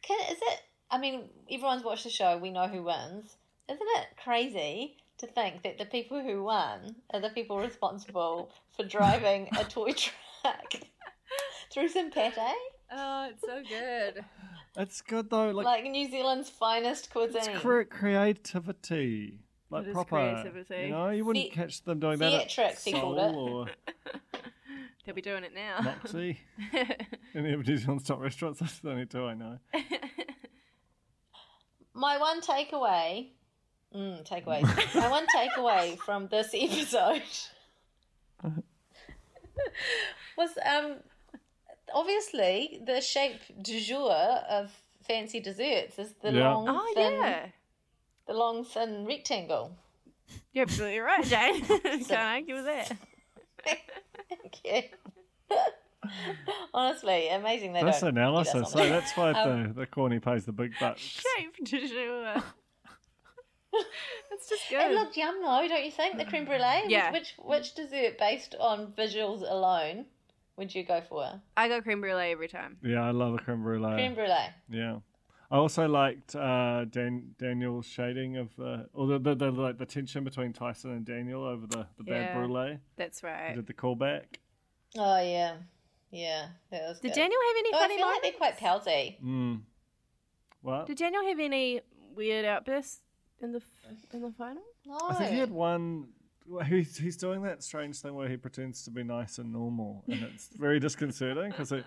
B: Can, is it? I mean, everyone's watched the show. We know who wins. Isn't it crazy to think that the people who won are the people responsible for driving a toy truck through some pate? eh?
C: Oh, it's so good.
D: It's good though. Like,
B: Like New Zealand's finest cuisine.
D: it's cre- creativity. Like
C: It is
D: proper.
C: creativity.
D: You know, you wouldn't
B: The-
D: catch them doing that. at
B: theatrics, he called
D: Seoul or
C: They'll be doing it now.
D: Moxie. Any of New Zealand's top restaurants. That's the only two I know.
B: My one takeaway, mm, takeaways. My one takeaway from this episode was um, obviously the shape du jour of fancy desserts is the
D: Yeah.
B: long,
C: oh
B: thin,
C: yeah,
B: the long thin rectangle.
C: you're absolutely right, Jane. Can't argue with that.
B: Thank you. Honestly, amazing they
D: That's
B: don't.
D: analysis.
B: that's
D: So that's why the, the corny pays the big bucks.
C: Shape to sure. it's just
B: It
C: good.
B: looked yum though, don't you think? The creme brulee.
C: Yeah.
B: Which which dessert based on visuals alone would you go
D: Uh,
B: for?
C: I go creme brulee every time.
D: Yeah, I love a creme brulee.
B: Creme brulee.
D: Yeah. I also liked uh, Dan- Daniel's shading of the, or the, the, the like the tension between Tyson and Daniel over the, the bad
C: Yeah.
D: brulee.
C: That's
D: He
C: right.
D: did the callback.
B: Oh yeah, yeah. That was
C: Did
B: good.
C: Daniel have any
B: Oh, I
C: funny
B: feel like they're
C: moments?
B: quite palsy.
D: Mm. What?
C: Did Daniel have any weird outbursts in the f- in the final?
B: No,
D: I think he had one. well, He's, he's doing that strange thing where he pretends to be nice and normal, and it's very disconcerting because it,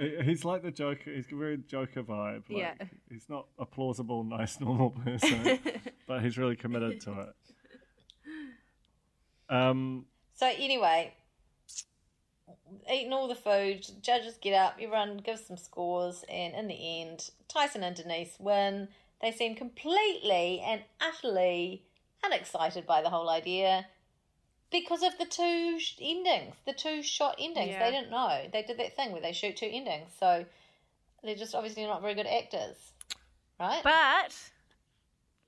D: it- he's like the Joker. He's a very Joker vibe. Like,
C: Yeah.
D: He's not a plausible, nice, normal person, but he's really committed to it. Um,
B: So anyway, eating all the food, judges get up, everyone gives some scores, and in the end, Tyson and Denise win. They seem completely and utterly unexcited by the whole idea because of the two sh- endings, the two shot endings.
C: Yeah.
B: They didn't know. They did that thing where they shoot two endings, so they're just obviously not very good actors, right?
C: But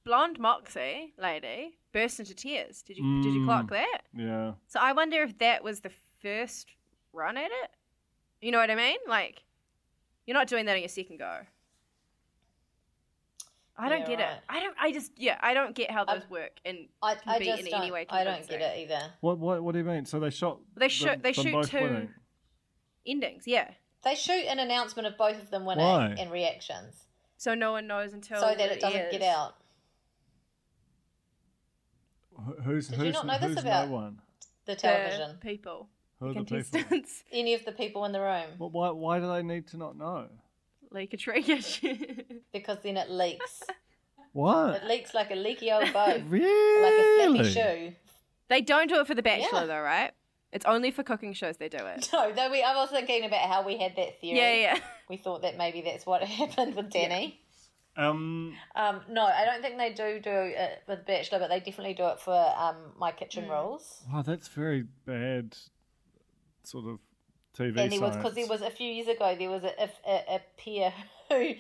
C: blonde Moxie lady burst into tears. Did you did you clock
D: Mm.
C: that?
D: yeah.
C: So I wonder if that was the first run at it. You know what I mean? Like, you're not doing that on your second go. I don't
B: Yeah,
C: get
B: right.
C: it. I don't. I just yeah. I don't get how
B: I-
C: those work. And
B: I,
C: can
B: I
C: be
B: just
C: in
B: don't,
C: any way
B: I don't get
C: convincing.
B: it either.
D: What, what what do you mean? So they shot.
C: They shoot- they
D: them
C: shoot
D: both
C: two-
D: winning.
C: endings, yeah.
B: They shoot an announcement of both of them winning
D: Why?
B: and reactions
C: So no one knows until
B: so that it doesn't get
C: airs.
B: out.
D: Wh- Who's
B: Did you
D: who's,
B: not know this
D: who's
B: about-
D: no one?
B: The
C: The
B: television.
C: people,
D: Who are the people?
C: contestants,
B: Any of the people in the room
D: Well, why why do they need to not know?
C: like a trigger.
B: because then it leaks.
D: What?
B: it leaks like a leaky old boat, like a
D: Really?
B: slippy shoe.
C: They don't do it for The Bachelor,
B: Yeah.
C: though, right? It's only for cooking shows they do it.
B: No, though we, I was thinking about how we had that theory.
C: Yeah, yeah.
B: We thought that maybe that's what happened with Danny.
D: Um,
B: Um, no, I don't think they do do it with Bachelor, but they definitely do it for um, My Kitchen
C: Mm.
B: Rules.
D: wow, that's very bad sort of TV
B: and there was because
D: science.
B: there was a few years ago there was a, a, a, a peer who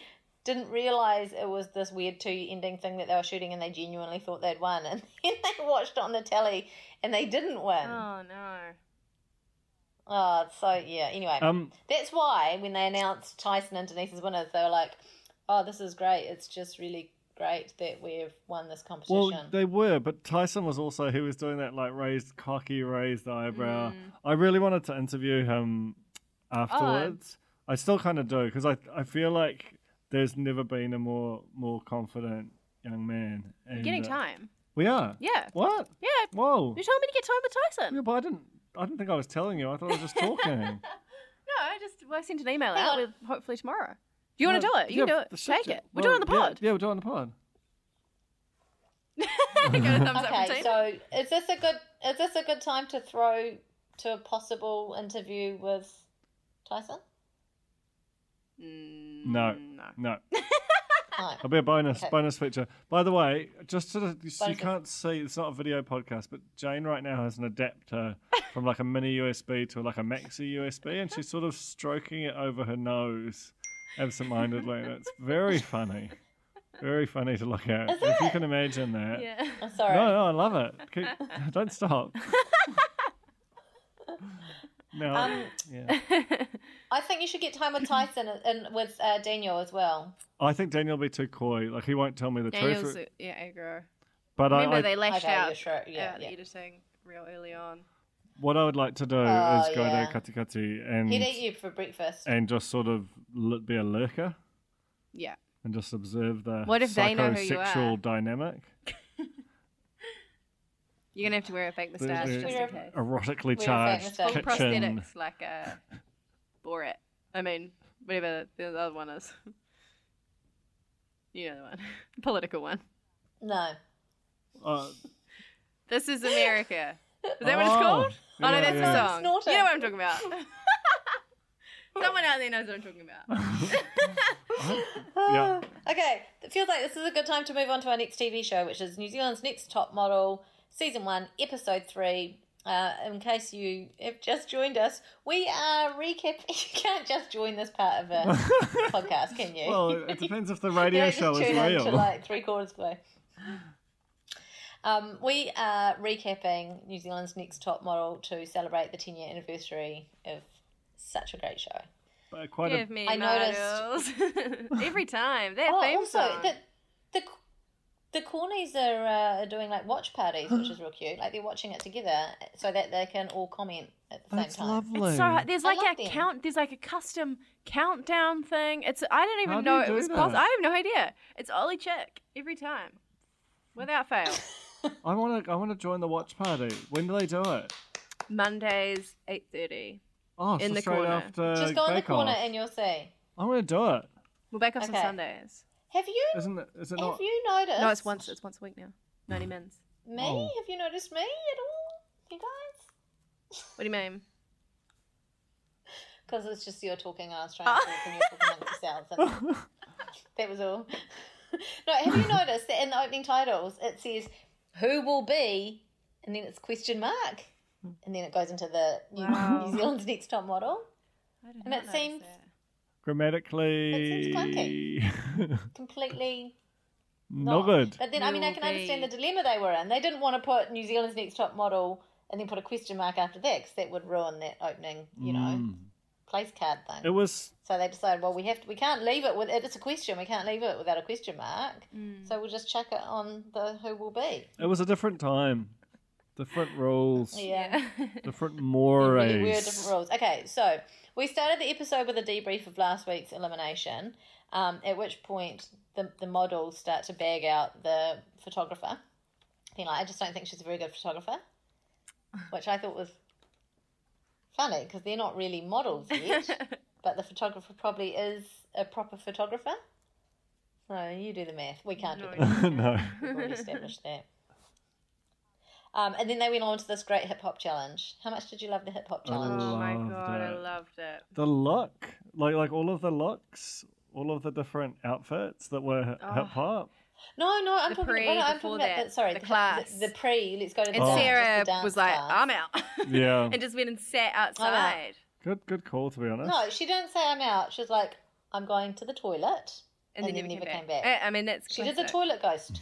B: didn't realize it was this weird two ending thing that they were shooting and they genuinely thought they'd won and then they watched it on the telly and they didn't win oh,
C: Oh no.
B: so yeah anyway
D: Um,
B: that's why when they announced tyson and denise's winners they were like oh this is great it's just really great that we've won this competition
D: Well, they were, but Tyson was also he was doing that like raised cocky, raised eyebrow.
C: Mm.
D: I really wanted to interview him afterwards.
C: Oh,
D: I still kind of do because I I feel like there's never been a more more confident young man. And,
C: Getting
D: uh,
C: time.
D: we are.
C: Yeah.
D: What?
C: Yeah.
D: Whoa.
C: You told me to get time with Tyson.
D: Yeah, but I didn't. I didn't think I was telling you. I thought I was just talking.
C: No, I just well, I sent an email
B: Hang
C: out
B: on.
C: with hopefully tomorrow. Do you want to do it? You
D: Uh, Yeah,
C: can do
D: the
C: it.
D: shit
C: Take
D: ju-
C: it. We'll, do it on the
D: well, yeah,
C: pod.
D: Yeah, we'll do it on the pod.
C: Got a thumbs up from
B: okay
C: team.
B: so is this a good is this a good time to throw to a possible interview with tyson
D: No,
C: no.
D: no.
B: No.
D: It'll be a bonus bonus feature. By the way, just so that you, you
B: Bonus.
D: can't see, it's not a video podcast, but Jane right now has an adapter from like a mini USB to like a maxi USB, and she's sort of stroking it over her nose absentmindedly, and it's very funny, very funny to look at.
B: Is
D: if you
B: it?
D: can imagine that.
C: Yeah.
B: I'm sorry.
D: No, no, I love it. Keep- don't stop. no, yeah.
B: I think you should get time with Tyson and, and with uh, Daniel as well.
D: I think Daniel will be too coy. Like he won't tell me the
C: Daniel's
D: truth.
C: yeah aggro.
D: But I,
C: Remember
D: I
C: they lashed
B: Okay, you're
C: out
B: sure. Yeah,
C: at
B: yeah.
C: the editing real early on.
D: What I would like to do
B: Oh,
D: is go
B: yeah.
D: to Katikati and
B: He'd eat you for breakfast.
D: and just sort of l- be a lurker
C: Yeah.
D: and just observe the
C: What if they know who you
D: psychosexual
C: are?
D: dynamic,
C: You're gonna have to wear a fake moustache
D: the-
C: just in case.
D: erotically
B: We're
D: charged
B: affecting
C: Full
B: the
D: kitchen.
C: prosthetics like a Borat. I mean, whatever the other one is. You know the one. Political one.
B: No.
D: Uh,
C: This is America. Is that what it's called?
D: Oh,
C: oh no,
D: yeah,
C: that's
D: yeah.
C: the song.
B: Snorting.
C: You know what I'm talking about. Someone out there knows what I'm talking about.
D: yeah.
B: Okay, it feels like this is a good time to move on to our next TV show, which is New Zealand's Next Top Model, Season 1, Episode 3. Uh, in case you have just joined us, we are recapping. You can't just join this part of a podcast, can you?
D: Well, it depends if the
B: You
D: radio
B: don't
D: show
B: just
D: is
B: tune in to
D: real.
B: like three quarters away. Um, we are recapping New Zealand's Next Top Model to celebrate the 10 year anniversary of such a great show.
D: But quite
C: Give
D: a,
C: me
B: I
C: models.
B: noticed-
C: Every time. That
B: Oh,
C: theme
B: also,
C: song.
B: the, the the Cornies are, uh, are doing like watch parties, which is real cute. Like they're watching it together so that they can all comment at the
D: that's
B: same time.
D: lovely.
C: It's so hard. There's
B: I
C: like
B: love
C: a
B: them.
C: count. There's like a custom countdown thing. It's I don't even
D: How do
C: know
D: you
C: it
D: do
C: was possible.
D: that?
C: I have no idea. It's Ollie Chick every time, without fail.
D: I want to. I want to join the watch party. When do they do it?
C: Mondays eight thirty.
D: Oh, so
C: In the
D: straight
C: corner.
D: after
B: Just go in the
D: Bake
B: corner
D: Off.
B: and you'll see.
D: I want to do it.
C: Well, back off
B: Okay.
C: on Sundays.
B: Have you
D: Isn't it? Is it
B: have
D: not?
B: you noticed?
C: No, it's once. It's once a week now. Ninety minutes.
B: Me?
D: Oh.
B: Have you noticed me at all, you guys?
C: What do you mean?
B: Because it's just you're talking and I was trying to talk and you're talking amongst yourselves. And that was all. no, have you noticed that in the opening titles it says, Who will be? And then it's question mark. And then it goes into the New,
C: Wow.
B: New Zealand's Next Top Model.
C: I did
B: And
C: not
B: it
C: notice
B: seems-
C: that.
D: Grammatically,
B: Completely
D: not
B: not.
D: good.
B: But then, I mean, I
C: Will
B: can understand
C: be.
B: the dilemma they were in. They didn't want to put New Zealand's Next Top Model and then put a question mark after that because that would ruin that opening, you
D: Mm.
B: know, place card thing.
D: It was
B: So they decided, well, we have to, we can't leave it with it's a question. We can't leave it without a question mark. So we'll just check it on the who will be.
D: It was a different time, different rules,
B: Yeah,
D: different
B: There
D: mores.
B: really were different rules. Okay, so we started the episode with a debrief of last week's elimination. Um, at which point the the models start to bag out the photographer. Being like, I just don't think she's a very good photographer, which I thought was funny because they're not really models yet, but the photographer probably is a proper photographer. So you do the math. We can't do the math.
D: no,
B: We've already established that. Um, and then they went on to this great hip hop challenge. How much did you love the hip hop challenge?
C: Oh my
D: Loved
C: god, I
D: it.
C: loved it.
D: the look, like like all of the looks all of the different outfits that were
B: Ah.
D: hip hop.
B: No, no, I'm
H: The
B: talking
H: pre
B: about. No, I'm
H: before
B: talking about
H: that,
B: the, sorry,
H: the
B: the,
H: class.
B: the, the pre. Let's go to the
H: And
B: dance, just the
H: Sarah
B: dance
H: was like,
B: class.
H: I'm out.
D: Oh. Yeah.
H: and just went and sat outside.
D: Good, good call to be honest.
B: No, she didn't say I'm out. She was like, I'm going to the toilet.
H: And, then,
B: never
H: never
B: came back.
H: Uh, I mean, that's
B: She did the
H: classic.
B: toilet ghost.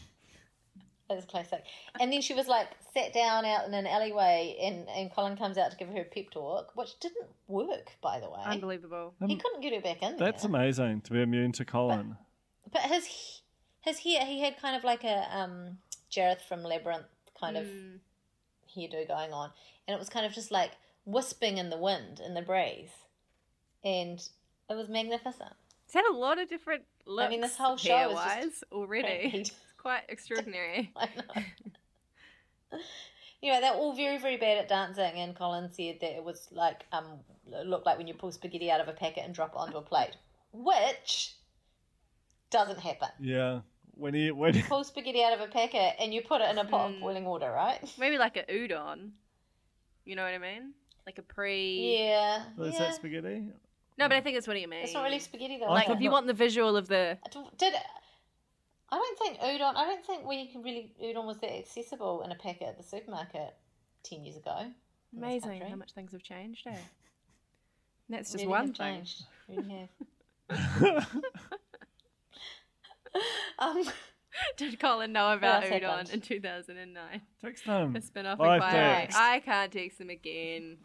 B: That was classic. And then she was like sat down out in an alleyway, and, and Colin comes out to give her a pep talk, which didn't work, by the way.
H: Unbelievable.
B: He couldn't get her back in there.
D: That's amazing to be immune to Colin.
B: But his he- his hair, he had kind of like a um Jareth from Labyrinth kind of hairdo going on, and it was kind of just like wisping in the wind in the breeze, and it was magnificent.
H: It's had a lot of different looks.
B: I mean, this whole show
H: hair
B: is just
H: wise already.
B: crazy.
H: It's quite extraordinary.
B: I know. anyway, they're all very, very bad at dancing, and Colin said that it was like um it looked like when you pull spaghetti out of a packet and drop it onto a plate, which doesn't happen.
D: Yeah. When he when he-
B: Pull spaghetti out of a packet and you put it in a pot of boiling water, right?
H: Maybe like a udon. You know what I mean? Like a pre.
B: Yeah.
D: is
B: yeah.
D: that spaghetti?
H: No, but I think that's what you mean.
B: It's not really spaghetti though.
H: like
B: is
H: if
B: it?
H: you want the visual of the
B: I don't- did I don't think udon. I don't think we can really udon was that accessible in a packet at the supermarket ten years ago. in this
H: amazing,
B: country.
H: how much things have changed. Eh? And that's just
B: Really
H: one
B: have
H: thing.
B: changed. Really have. um,
H: Did Colin know about
B: else
H: udon
B: happened?
H: in 2009?
D: Text them.
H: A spin off
D: Live
H: inquiry.
D: text.
H: I can't text them again.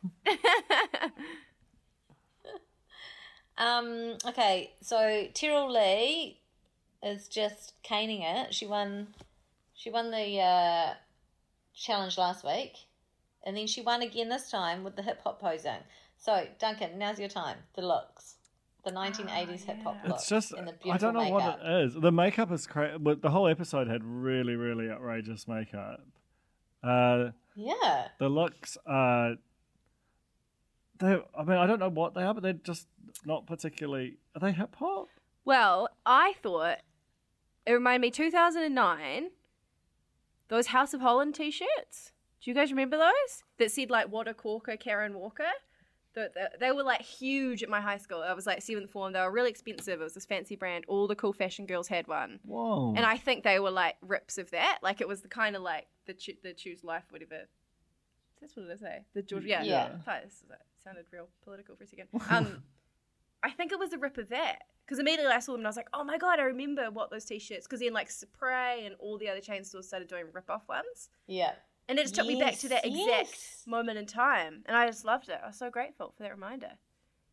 B: um, okay, so Tyrrell Lee is just caning it. She won. She won the uh, challenge last week, and then she won again this time with the hip hop posing. So Duncan, now's your time. The looks, the
H: Ah,
B: nineteen eighties hip hop look,
D: It's just
B: and the beautiful
D: I don't know
B: makeup.
D: what it is. The makeup is crazy, but the whole episode had really, really outrageous makeup. Uh,
B: Yeah,
D: the looks are. They, I mean, I don't know what they are, but they're just not particularly. Are they hip hop?
H: Well, I thought it reminded me 2009. Those House of Holland T-shirts. Do you guys remember those that said like Wada Corker, Karen Walker? The, the- they were like huge at my high school. I was like seventh form. They were really expensive. It was this fancy brand. All the cool fashion girls had one,
D: Whoa!
H: and I think they were like rips of that. Like it was the kind of like the choo- the choose life whatever. That's what it is, eh? The George, yeah,
B: Yeah.
H: I thought this was- that sounded real political for a second. Um, I think it was a rip of that because immediately I saw them and I was like, oh my god, I remember what those t-shirts. Because then like Spray and all the other chain stores started doing rip-off ones,
B: yeah.
H: and it just took me back to that
B: Yes,
H: exact
B: yes.
H: moment in time, and I just loved it. I was so grateful for that reminder.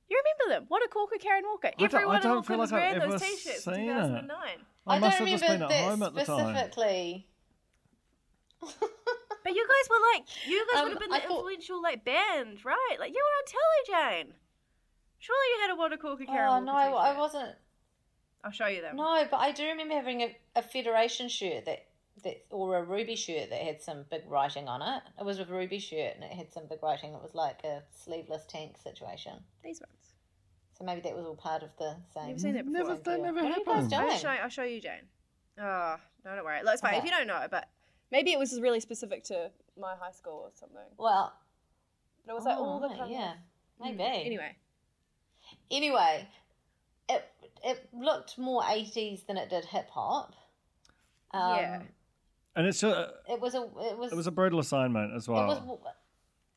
H: You remember them? What a Corker, Karen Walker.
D: don't- I
H: Everyone in
D: don't
H: Auckland
D: feel
H: was
D: like I've
H: wearing those
D: ever
H: t-shirts in
D: seen it.
H: 2009.
D: I
B: don't
D: must have just been
B: remember
D: at
B: that
D: home at the time.
B: specifically.
H: But you guys were like, you guys
B: Um,
H: would have been
B: I
H: the
B: thought-
H: influential like band, right? Like you were on telly, Jane. Surely you had a What a Corker, Karen
B: Oh
H: Walker
B: no, I
H: t-shirt.
B: wasn't.
H: I'll show you them.
B: No, but I do remember having a, a Federation shirt that, that or a Ruby shirt that had some big writing on it. It was a Ruby shirt and it had some big writing. It was like a sleeveless tank situation.
H: These ones.
B: So maybe that was all part of the same.
H: You've seen that before.
D: never, that
B: Yeah.
D: never
B: What are you guys
D: happened.
B: doing?
H: I'll show, I'll show you, Jane. Oh, no, don't worry. Look, it's fine if
B: Okay.
H: you don't know, but maybe it was really specific to my high school or something.
B: Well,
H: But it was like all the
B: right,
H: kind of-
B: Oh, yeah, maybe.
H: Anyway,
B: anyway, it it looked more eighties than it did hip hop. Um,
H: yeah.
D: And it's just,
B: It was a it was
D: it was a brutal assignment as well.
B: it was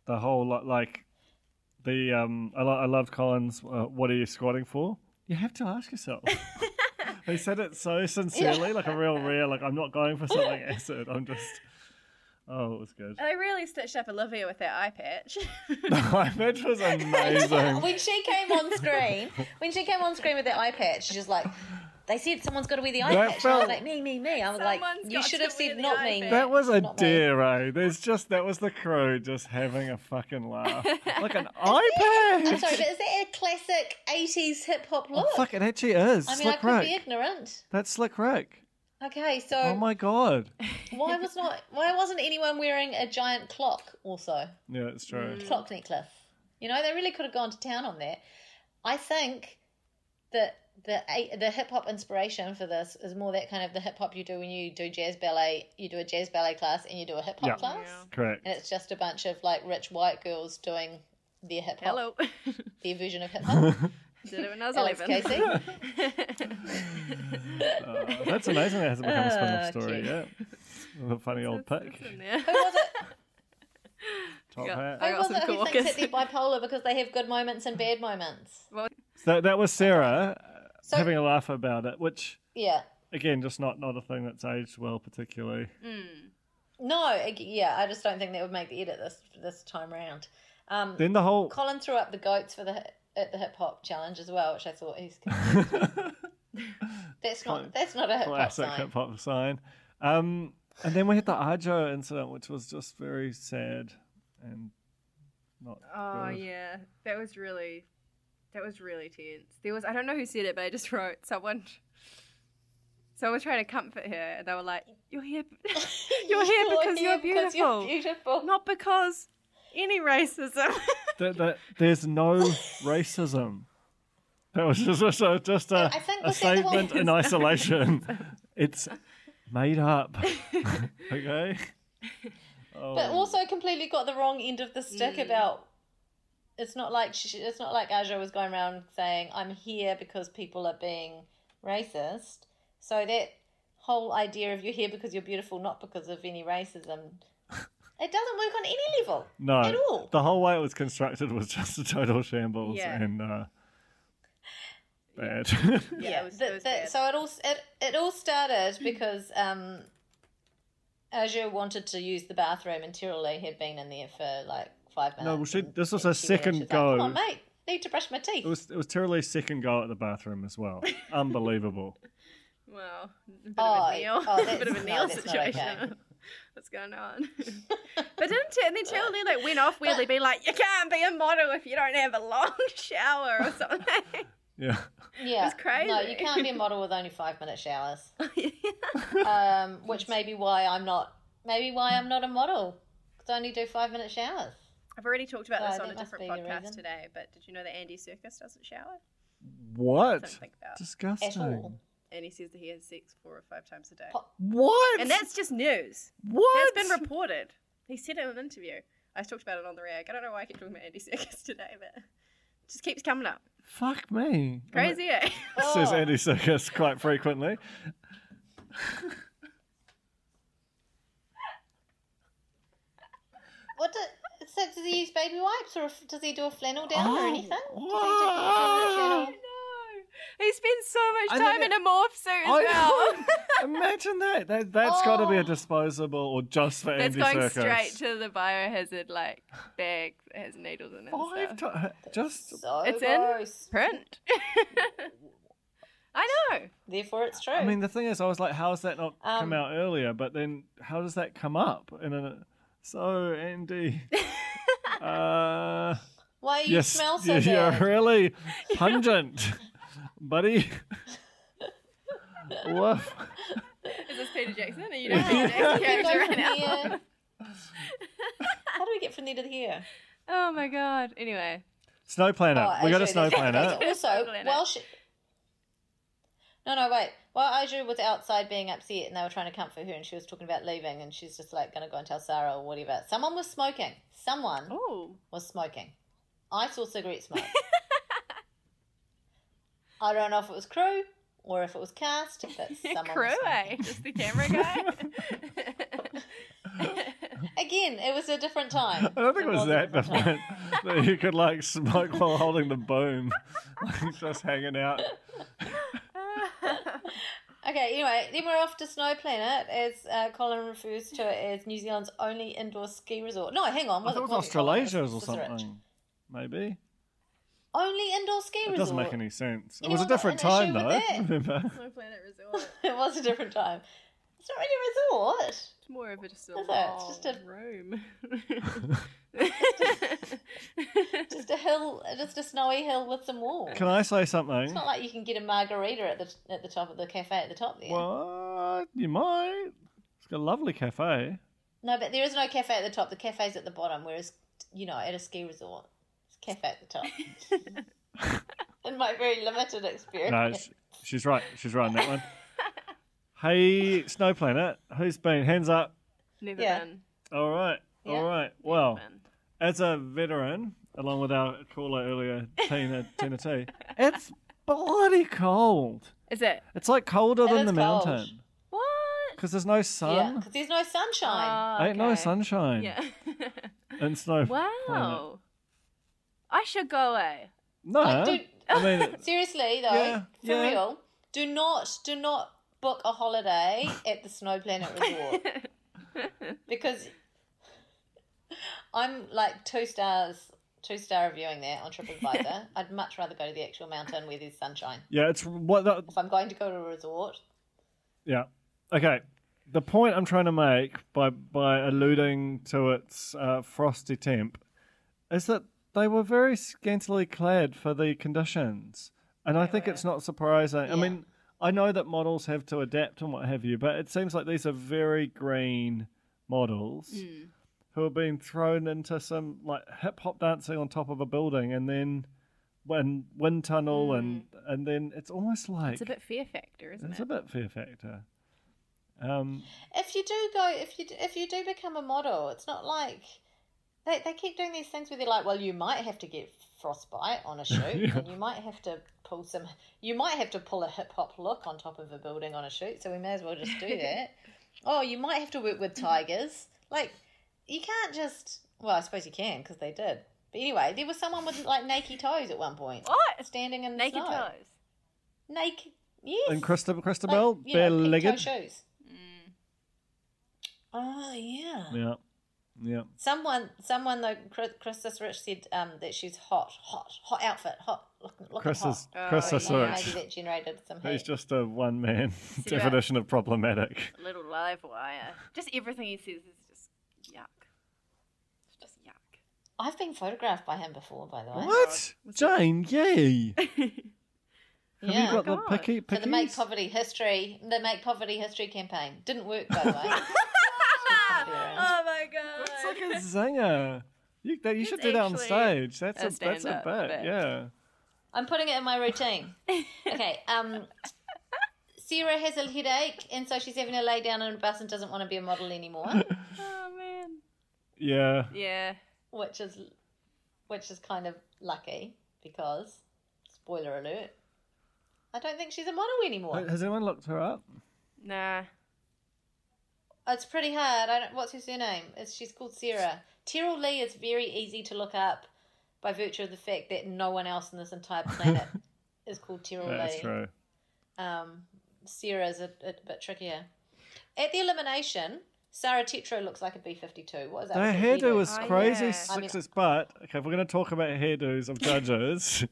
D: the whole lo- like the um I, lo- I love Collins. Uh, what are you squatting for? You have to ask yourself. they said it so sincerely, like a real real. Like I'm not going for something acid. I'm just. Oh, it was good.
H: And they really stitched up Olivia with that eye patch.
D: I bet it was amazing.
B: when she came on screen, when she came on screen with the eye patch, she's just like, they said someone's got to wear the eye
D: That
B: patch. And I was
D: felt-
B: like, me, me, me. I was like,
H: Someone's
B: you
H: got
B: should
H: to
B: have
H: wear
B: said
H: the
B: not
H: eye
B: me. me,
H: patch.
D: That was a
B: not me."
D: dare, eh? There's just that was the crew just having a fucking laugh, like an iPad.
B: I'm sorry, but is that a classic 80s hip hop look?
D: Oh, fuck, it actually is.
B: I mean, I
D: Slick
B: could be
D: Rick.
B: ignorant.
D: That's Slick Rick.
B: Okay, so
D: Oh my god.
B: why was not why wasn't anyone wearing a giant clock also?
D: Yeah, it's true.
B: Clock necklace. You know, they really could have gone to town on that. I think that the the hip hop inspiration for this is more that kind of the hip hop you do when you do jazz ballet, you do a jazz ballet class and you do a hip hop
D: Yeah.
B: class.
D: Correct.
B: and it's just a bunch of like rich white girls doing their hip hop,
H: Hello.
B: their version of hip hop.
H: Did it when I was
B: Alex
H: 11.
B: Casey.
D: Uh, that's amazing that hasn't become a spin off
B: Oh,
D: story
B: cute.
D: yet. What a funny old pick.
H: It's in there.
B: Who was it?
D: Top
H: Yeah.
D: hat.
H: I
B: Who
H: got
B: was
H: some
B: it who
H: cool
B: thinks that
H: walkers.
B: they're bipolar because they have good moments and bad moments?
D: So that was Sarah uh,
B: So-
D: having a laugh about it, which
B: Yeah.
D: again, just not not a thing that's aged well particularly.
B: No, ag- yeah, I just don't think that would make the edit this this time round. Um,
D: Then the whole
B: Colin threw up the goats for the hi- at the hip hop challenge as well, which I thought he's. that's not that's not a hip hop
D: classic
B: sign.
D: hip hop sign. Um, and then we had the Arjo incident, which was just very sad and not.
H: Oh
D: good.
H: yeah, that was really, that was really tense. There was I don't know who said it, but I just wrote someone. Someone was trying to comfort her, and they were like, "You're here, you're here because you're
B: because
H: beautiful,
B: You're beautiful.
H: not because any racism."
D: There- there- there's no racism. That was just, just a, just a,
B: I think
D: a
B: was that the one-
D: statement in isolation. it's made up. okay? Oh.
B: But also completely got the wrong end of the stick
H: Mm.
B: about. It's not like she, it's not like Aja was going around saying I'm here because people are being racist. So that whole idea of you're here because you're beautiful, not because of any racism, it doesn't work on any level.
D: No.
B: at all.
D: The whole way it was constructed was just a total shambles
H: Yeah.
D: and uh, bad.
H: yeah, it was,
B: Th-
H: it
B: th-
H: was bad.
B: so it all it, it all started because um, Azure wanted to use the bathroom, and Tirole had been in there for like five minutes.
D: No, well, she-
B: and-
D: this was
B: and
D: her
B: she went in,
D: second
B: she was Like, Come on,
D: go.
B: mate. Need to brush my teeth.
D: It was it was Tyrile's second goal at the bathroom as well. Unbelievable.
H: Wow, a bit
B: Oh,
H: of a Neil,
B: oh,
H: a bit of a
B: that's-
H: Neil
B: no, that's not
H: situation.
B: okay.
H: What's going on? but didn't t- and then Charlie like went off weirdly, being like, "You can't be a model if you don't have a long shower or something."
D: Yeah.
B: yeah,
H: it's crazy.
B: No, you can't be a model with only five minute showers. um, which may be why I'm not. Maybe why I'm not a model because I only do five minute showers.
H: I've already talked about
B: So
D: Uh,
H: this
B: that
H: on a
B: must
H: different
B: be the
H: podcast
B: reason.
H: today, but did you know that Andy Circus doesn't shower?
D: What?
H: Something like that.
B: At
D: Disgusting.
B: all.
H: And he says that he has sex four or five times a day.
B: Po-
D: What?
H: And that's just news.
D: what?
H: That's been reported. He said it in an interview. I talked about it on the rag. I don't know why I keep talking about Andy Circus today, but it just keeps coming up.
D: Fuck me.
H: Crazy, eh?
D: Says
B: Oh,
D: Andy Circus quite frequently.
B: What do, so does he use baby wipes or does he do a flannel down or anything? Does he do
D: Oh.
B: a flannel?
H: He spends so much
D: I
H: time
D: never-
H: in a morph suit as well.
D: I Imagine that. that that's got to be a disposable or just for
H: That's
D: Andy
H: going
D: Serkis.
H: straight to the biohazard like bag that has needles in it. and
D: Five
H: stuff.
D: times. Just
B: So
H: It's in.
B: gross.
H: Print. I know.
B: Therefore, it's true.
D: I mean, the thing is, I was like, how has that not come
B: Um,
D: out earlier? But then, how does that come up? And then, uh, so Andy, uh,
B: Why you
D: yes,
B: smell so
D: you- you're
B: bad?
D: really pungent, buddy. Woof.
H: Is this Peter Jackson? Are you
D: doing
H: doing
D: a Peter
H: Peter
D: Jackson Yeah.
B: How
H: Jackson
B: do we go from
H: character right now?
B: here? How do we get from there to here?
H: Oh my god. Anyway.
D: Snow planet.
B: Oh,
D: we got a
B: Ajay,
D: snow
B: that's-
D: planet.
B: Also,
H: Planet.
B: while she. No, no, wait. While Aja was outside being upset and they were trying to comfort her and she was talking about leaving and she's just like going to go and tell Sarah or whatever, someone was smoking. Someone
H: Oh.
B: was smoking. I saw cigarette smoke. I don't know if it was crew or if it was cast, but someone
H: Crew,
B: was smoking.
H: eh? Just the camera guy.
B: Again, it was a different time.
D: I don't think it was
B: a
D: that
B: different time.
D: different. that you could like smoke while holding the boom, like just hanging out.
B: Okay, anyway, then we're off to Snow Planet, as uh, Colin refers to it as New Zealand's only indoor ski resort. No, hang on.
D: I thought it was
B: wasn't Colin,
D: Australasia or
B: was Cicerich.
D: something. Maybe
B: Only indoor ski
D: it
B: resort.
D: doesn't make any sense. It was
B: Anyone
D: a
B: got
D: different
B: an
D: time
B: issue
D: though.
B: with that?
D: Remember?
H: Snow Planet Resort.
B: It was a different time. It's not really a resort.
H: It's more of a, just a
B: Is it? It's
H: long
B: just a-
H: room.
B: Just a hill, just a snowy hill with some walls.
D: Can I say something?
B: It's not like you can get a margarita at the at the top of the cafe at the top there.
D: What? You might. It's got a lovely cafe.
B: No, but there is no cafe at the top. The cafe's at the bottom, whereas you know, at a ski resort, it's cafe at the top. In my very limited
D: No,
B: experience.
D: sh- she's right. She's right on that one. hey, Snow Planet, who's been? Hands up.
H: Never
B: Yeah.
H: been.
D: All right.
B: Yeah.
D: All right. Well,
H: Been.
D: as a veteran along with our caller earlier, Tina Tina T. It's bloody cold.
C: Is it?
D: It's like colder than
B: is
D: the
B: cold.
D: mountain
C: What?
D: because there's no
B: Yeah,
D: sun.
B: 'cause there's no sunshine.
C: Oh,
D: Ain't no
C: okay.
D: sunshine.
C: Yeah.
D: And snow. planet.
C: wow. I should go eh? away.
D: No.
B: Like, dude-
D: I mean,
B: Seriously though,
D: Yeah,
B: for
D: yeah.
B: real, do not do not book a holiday at the Snow Planet Resort because I'm like two stars, two star reviewing there on TripAdvisor. I'd much rather go to the actual mountain where there's sunshine.
D: yeah, it's what that,
B: If I'm going to go to a resort,
D: Yeah. Okay. The point I'm trying to make by by alluding to its uh, frosty temp is that they were very scantily clad for the conditions, and I think it's not surprising. I mean, I know that models have to adapt and what have you, but it seems like these are very green models
C: Hmm.
D: who have been thrown into some like hip hop dancing on top of a building, and then when wind tunnel, and and then it's almost like
C: Hmm. It's a bit fear factor, isn't
D: it's
C: it?
D: a bit fear factor. Um,
B: if you do go, if you d- if you do become a model, it's not like they they keep doing these things where they're like, well, you might have to get frostbite on a shoot, and you might have to pull some, you might have to pull a hip hop look on top of a building on a shoot, so we may as well just do that. oh, you might have to work with tigers. Like, you can't just. Well, I suppose you can because they did. But anyway, there was someone with like naked toes at one point.
C: What?
B: Standing in the
C: Naked
B: snow.
C: toes.
B: Naked. Yes.
D: and Christabel,
B: Like,
D: Christabel,
B: you know,
D: bare
B: pink-toe
D: legged.
B: shoes. Mm. Oh yeah.
D: Yeah, yeah.
B: Someone, someone though, Chris- Christus Rich said um, that she's hot, hot, hot outfit, hot. Look, look
D: Chris
B: at
D: is
B: hot.
D: Chris is
B: Maybe-
D: rich.
B: Maybe that generated some heat.
D: He's just a one man
C: that?
D: definition of problematic.
C: Little live wire. Just everything he says is just yuck. It's just yuck.
B: I've been photographed by him before, by the
C: Oh
B: way.
D: What, Jane? Yay! Have
B: Yeah.
D: you got the
C: God.
D: picky
B: For the Make
D: pickies?
B: Poverty History, the Make Poverty History campaign didn't work, by the way. Can't be around.
C: Oh my god.
D: It's like a zinger. You, that, you should
C: It's
D: do that on
C: actually
D: stage. That's
C: a
D: a, that's a
C: stand-up
D: bit.
C: bit.
D: Yeah.
B: I'm putting it in my routine. Okay. Um, Sarah has a headache, and so she's having to lay down on a bus and doesn't want to be a model anymore.
C: Oh man.
D: Yeah.
C: Yeah.
B: which is which is kind of lucky because spoiler alert i don't think she's a model
D: Wait,
B: anymore
D: has anyone looked her up?
C: Nah.
B: it's pretty hard i don't what's her surname it's, she's called sarah terrell lee is very easy to look up by virtue of the fact that no one else on this entire planet is called terrell
D: That's
B: lee
D: true.
B: um, Sarah's a, a bit trickier. At the elimination, Sarah Tetro looks like a B fifty two. What is that?
D: Her
B: with
D: hairdo was
C: Oh,
D: crazy
C: yeah.
B: I mean-
D: sixes, but okay, if we're going to talk about hairdos of judges,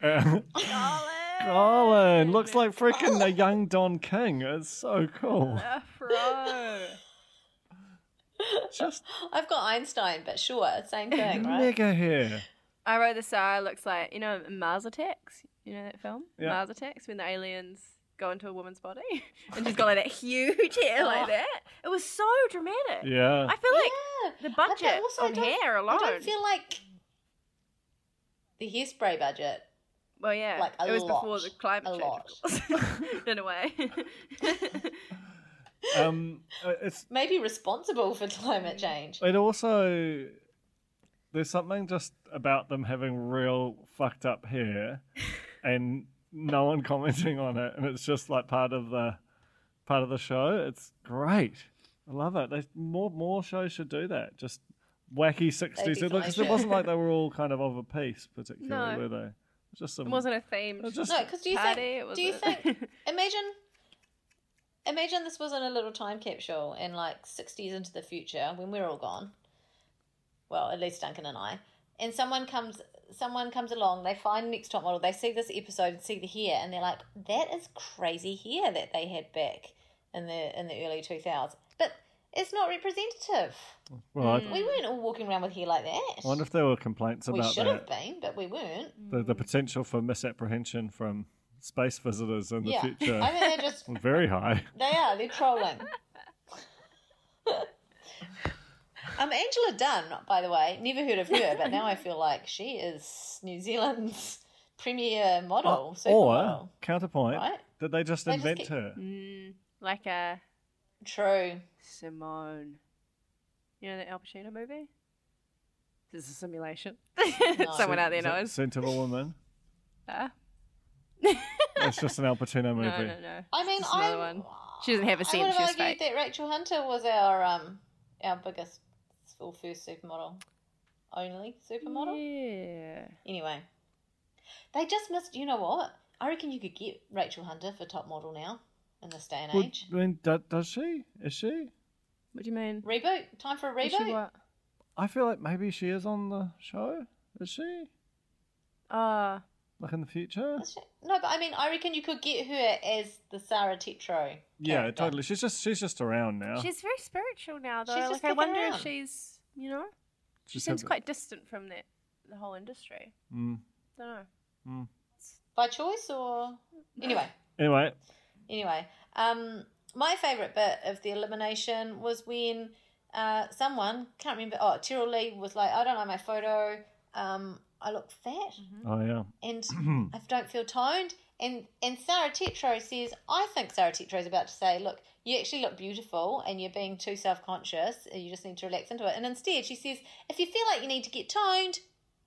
D: um,
C: Colin.
D: Colin looks like freaking the young Don King. It's so cool.
C: Afro.
D: Just
B: I've got Einstein, but sure, same thing, right?
D: mega hair.
C: I wrote this out. Looks like you know Mars Attacks. You know that film?
D: Yeah.
C: Mars Attacks, when the aliens go into a woman's body and she's got like that huge hair like that. It was so dramatic.
D: Yeah.
C: I feel like
B: Oh. Yeah.
C: the
B: But
C: budget
B: that also
C: on
B: don't-
C: hair alone.
B: I don't feel like the hairspray budget.
C: well, yeah,
B: like, a
C: it was
B: lot.
C: before the climate
B: A
C: change,
B: lot.
C: of course. in a way.
D: Um, it's
B: Maybe responsible for climate change.
D: it also there's something just about them having real fucked up hair, and no one commenting on it, and it's just like part of the part of the show. It's great. I love it. They, more more shows should do that. Just wacky sixties. It, looks- it
B: definitely
D: wasn't like they were all kind of of a piece, particularly
C: No.
D: were they? It's Just some,
C: it wasn't a
D: it was
C: themed
D: just
B: No, because do you
C: party. it
B: think?
C: was
B: Do you
C: a-
B: think? Imagine, imagine this wasn't a little time capsule in like sixties into the future when we're all gone. Well, at least Duncan and I. And someone comes, someone comes along. They find Next Top Model. They see this episode and see the hair, and they're like, "That is crazy hair that they had back in the in the early 2000s. But it's not representative.
D: well,
C: Hmm.
D: I-
B: We weren't all walking around with hair like that.
D: I wonder if there were complaints
B: we
D: about
B: should
D: that.
B: have been, but we weren't.
D: The, the potential for misapprehension from space visitors in the
B: yeah,
D: future
B: I think they're just
D: was very high.
B: They are. They're trolling. um, Angela Dunn, by the way, never heard of her, but now I feel like she is New Zealand's premier model,
D: Oh, or
B: supermodel.
D: counterpoint,
B: right?
D: did they just
B: They just
D: invent
B: keep-
D: her?
C: Mm, like a
B: True.
C: Simone. You know the Al Pacino movie?
H: This is a simulation.
C: Someone out there
D: Is that
C: knows.
D: Scent of a Woman.
C: Ah.
D: It's just an Al Pacino movie.
C: No, no, no.
B: I mean,
C: Just
B: I
C: another one. She doesn't
B: I
C: have a
B: would
C: scent.
B: have
C: She's
B: argued
C: fake.
B: that Rachel Hunter was our um our biggest or first supermodel, only supermodel.
C: Yeah.
B: Anyway, they just missed. You know what? I reckon you could get Rachel Hunter for top model now in this day and
D: Well,
B: age.
D: I mean, do, does she? Is she?
F: What do you mean?
B: Reboot. Time for a
F: Is she
B: reboot.
F: what?
D: I feel like maybe she is on the show. Is she?
F: Ah,
D: Like in the future?
B: Is she- No, but I mean, I reckon you could get her as the Sarah Tetro.
D: Yeah,
B: character.
D: totally. She's just she's just around now.
C: She's very spiritual now, though.
B: She's just
C: like, I
B: kicking
C: wonder
B: around.
C: if she's, you know, she
D: She's
C: seems
D: had-
C: quite distant from that the whole industry.
D: Mm.
C: Don't know.
B: By choice or anyway.
D: Anyway,
B: Anyway, um, my favourite bit of the elimination was when uh, someone can't remember. Oh, Tyrrell Lee was like, "I don't like my photo. Um, I look fat,
F: Mm-hmm.
C: Hmm?
D: oh yeah,
B: and I don't feel toned." And and Sarah Tetro says, "I think Sarah Tetro is about to say, look, you actually look beautiful, and you're being too self conscious. You just need to relax into it." And instead, she says, "If you feel like you need to get toned."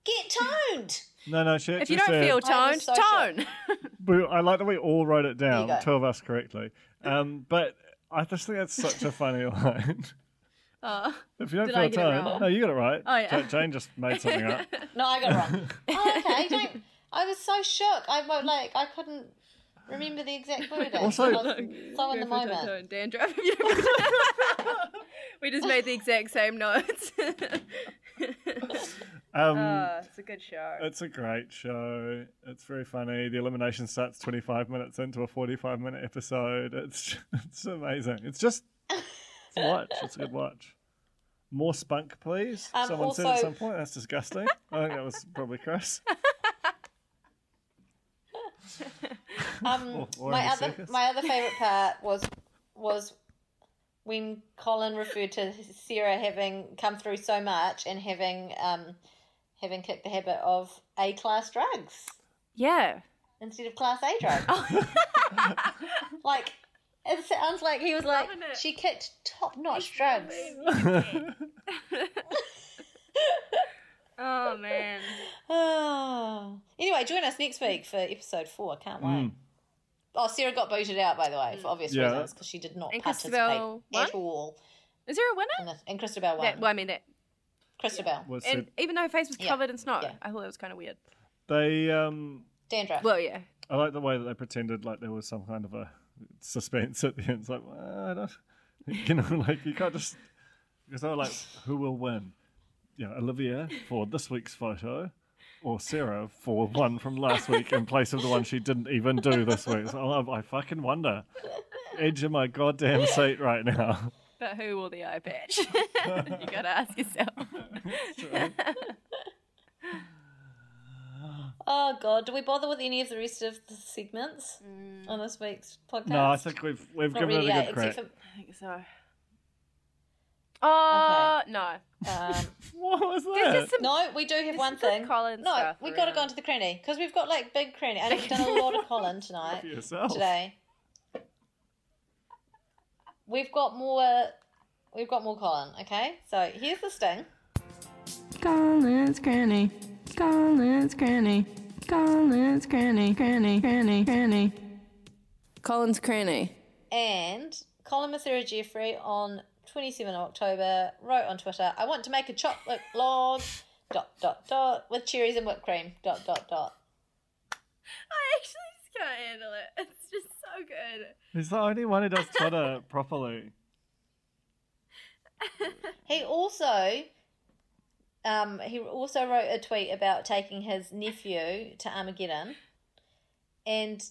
B: Get toned.
D: no, no. She
C: If you
D: actually
C: don't
D: said-
C: feel
B: I
C: toned,
B: was so
C: tone.
D: We- I like that we all wrote it down,
B: There you go.
D: two of us correctly. Um, but I just think that's such a funny line.
C: oh.
D: If you don't
C: Did I
D: feel
C: get it
D: toned,
C: wrong?
D: no, you got it right.
C: Oh, yeah.
D: Ja- Jane just made something up.
B: No, I got it wrong. oh, okay. Don't. I was so shook. I wa- like I couldn't remember the exact word.
D: Also-
B: I was so in the moment.
C: Dandruff. You know. we just made the exact same notes.
D: Um,
C: oh, it's a good show.
D: It's a great show. It's very funny. The elimination starts 25 minutes into a 45 minute episode. It's it's amazing. It's just it's a watch. It's a good watch. More spunk, please.
B: Um,
D: Someone said at
B: also-
D: some point that's disgusting. I think that was probably Chris.
B: Um,
D: or
B: my
D: in the
B: other
D: circus.
B: my other favorite part was was when Colin referred to Sarah having come through so much and having um having kicked the habit of A class drugs
C: yeah.
B: instead of class A drugs.
C: Oh.
B: like it sounds like he was like
C: Loving it.
B: she kicked top notch drugs.
C: Oh man.
B: Oh. Anyway, join us next week for episode four. Can't wait. Oh, Sarah got booted out, by the way, for obvious
D: Yeah.
B: reasons, because she did not
C: And
B: participate
C: Christabel
B: at
C: won?
B: all.
C: Is there a winner?
B: In this. And Christabel won.
C: That, well, I mean that.
B: Christabel.
D: Was
C: And
D: said
C: even though her face was
B: Yeah.
C: covered in snow,
B: Yeah.
C: I thought it was kind of weird.
D: they um
B: Dandruff.
C: Well, yeah.
D: I like the way that they pretended like there was some kind of a suspense at the end. It's like well, I don't, you know, like you can't just because they were like, who will win? Yeah, Olivia for this week's photo, or Sarah for one from last week in place of the one she didn't even do this week. So I, I fucking wonder. Edge of my goddamn seat right now.
C: But who will the eye patch? you gotta ask yourself.
B: oh, God. Do we bother with any of the rest of the segments
C: Mm.
B: on this week's podcast?
D: No, I think we've we've
B: Not
D: given
B: really,
D: it a
B: yeah,
D: good
B: except
D: crack.
B: for.
C: I think so. Oh no!
B: Um,
D: What was
C: There's
D: that?
C: just some.
B: no, we do have one
C: some good
B: thing.
C: Colin
B: no,
C: stuff
B: we've got to go
C: around.
B: into the cranny because we've got like big cranny. I know we've done a lot of Colin tonight.
D: For yourself.
B: today. We've got more. We've got more Colin. Okay, so here's the sting.
E: Colin's Granny. Colin's Granny. Colin's Granny. Granny. Granny. Granny. Colin's Granny.
B: And Colin Massera Jeffrey on 27 October wrote on Twitter, "I want to make a chocolate log." Dot dot dot with cherries and whipped cream. Dot dot dot.
C: I actually just can't handle it. It's just so good.
D: He's the only one who does Twitter properly.
B: He also, um, he also wrote a tweet about taking his nephew to Armageddon, and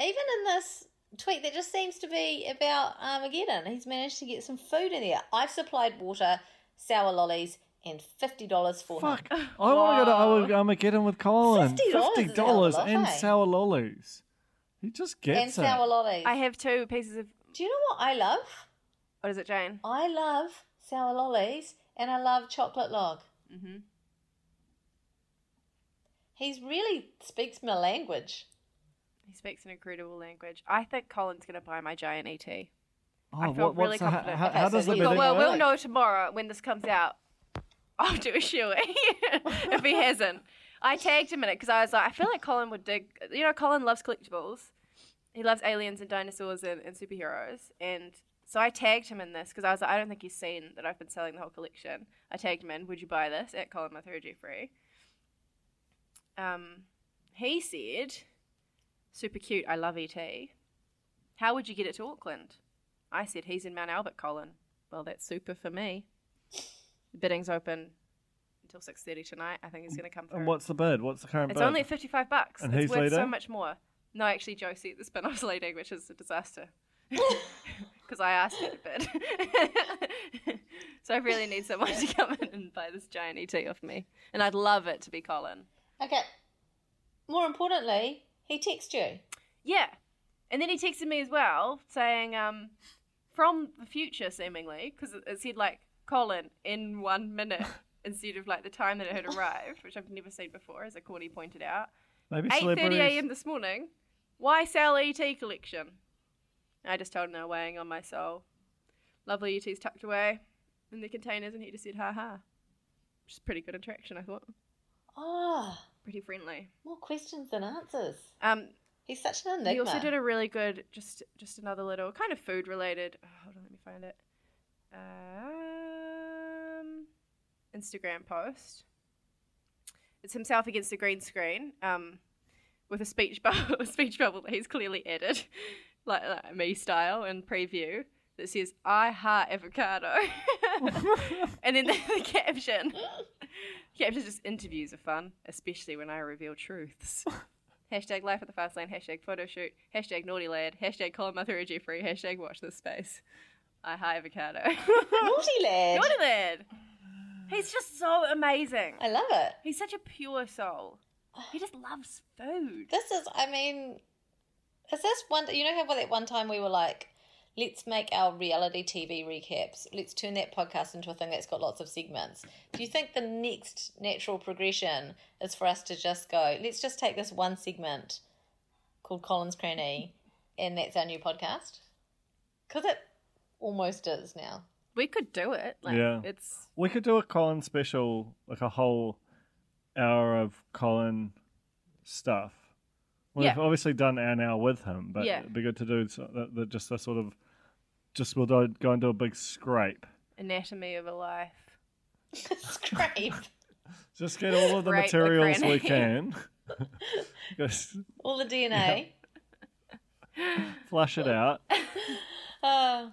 B: even in this tweet that just seems to be about Armageddon, he's managed to get some food in there. I've supplied water, sour lollies, and fifty dollars for
D: Fuck. Oh
B: him.
D: I want to go to Arma- Armageddon with Colin.
B: $50
D: Fifty
B: is a hell of
D: dollars
B: a lot,
D: and
B: hey?
D: sour lollies. He just gets
B: and
D: it.
B: sour lollies.
C: I have two pieces of.
B: Do you know what I love?
C: What is it, Jane?
B: I love sour lollies, and I love chocolate log.
C: Mm-hmm.
B: He's really speaks my language.
C: He speaks an incredible language. I think Colin's going to buy my giant E ET.
D: oh,
C: I feel
D: what,
C: really
D: what's the- how-
C: confident.
D: How,
B: Okay,
D: how
B: so
D: does the
B: you got-
C: But
D: bidding
C: well,
D: work?
C: we'll know tomorrow when this comes out. I'll do a shoey if he hasn't. I tagged him in it because I was like, I feel like Colin would dig. You know, Colin loves collectibles. He loves aliens and dinosaurs and, and superheroes. And so I tagged him in this because I was like, I don't think he's seen that I've been selling the whole collection. I tagged him in, would you buy this at Colin Mathura Jeffrey? Um, he said, super cute, I love ET. How would you get it to Auckland? I said, he's in Mount Albert, Colin. Well, that's super for me. The bidding's open until 6.30 tonight. I think he's going to come through.
D: And what's the bid? What's the current
C: It's
D: bid?
C: only at 55 bucks.
D: And
C: it's
D: who's
C: worth so
D: leading?
C: much more. No, actually, Josie, the spin off's leading, which is a disaster. Because I asked her to bid. so I really need someone to come in and buy this giant ET off me. And I'd love it to be Colin.
B: Okay. More importantly, he texted you.
C: Yeah. And then he texted me as well, saying, um, from the future, seemingly, because it it said, like, Colin in one minute instead of, like, the time that it had arrived, which I've never seen before, as a corny pointed out.
D: Maybe
C: 8.30
D: celebrities.
C: a.m. this morning, why sell ET collection? I just told him they were weighing on my soul. Lovely ET's tucked away in the containers, and he just said, ha ha. Which is pretty good attraction, I thought.
B: Ah,
C: Pretty friendly.
B: more questions than answers.
C: Um,
B: He's such an enigma.
C: He also did a really good, just just another little kind of food related. Oh, hold on, let me find it. Um, Instagram post. It's himself against a green screen, um, with a speech bubble, a speech bubble that he's clearly added, like, like me style and preview that says "I heart avocado," and then the, the caption. Captions just interviews are fun, especially when I reveal truths. Hashtag life at the fast lane. Hashtag photo shoot. Hashtag naughty lad. Hashtag Colin Mathura Jeffrey. Hashtag watch this space. I high avocado.
B: naughty lad.
C: naughty lad. He's just so amazing.
B: I love it.
C: He's such a pure soul. He just loves food.
B: This is, I mean, is this one? You know how that one time we were like, let's make our reality TV recaps. Let's turn that podcast into a thing that's got lots of segments. Do you think the next natural progression is for us to just go? Let's just take this one segment called Collins Cranny, and that's our new podcast. Because it almost is now.
C: We could do it. Like,
D: Yeah.
C: It's
D: We could do a Colin special, like a whole hour of Colin stuff. We've
C: Yeah.
D: obviously done an hour with him, but
C: Yeah.
D: it'd be good to do so, the, the, just a sort of just we'll do, go and do a big scrape.
C: anatomy of a life.
B: Scrape
D: Just get all of the
C: Scrape the
D: materials we
C: granny.
D: can. just
B: all the DNA.
D: flush it out.
B: Oh.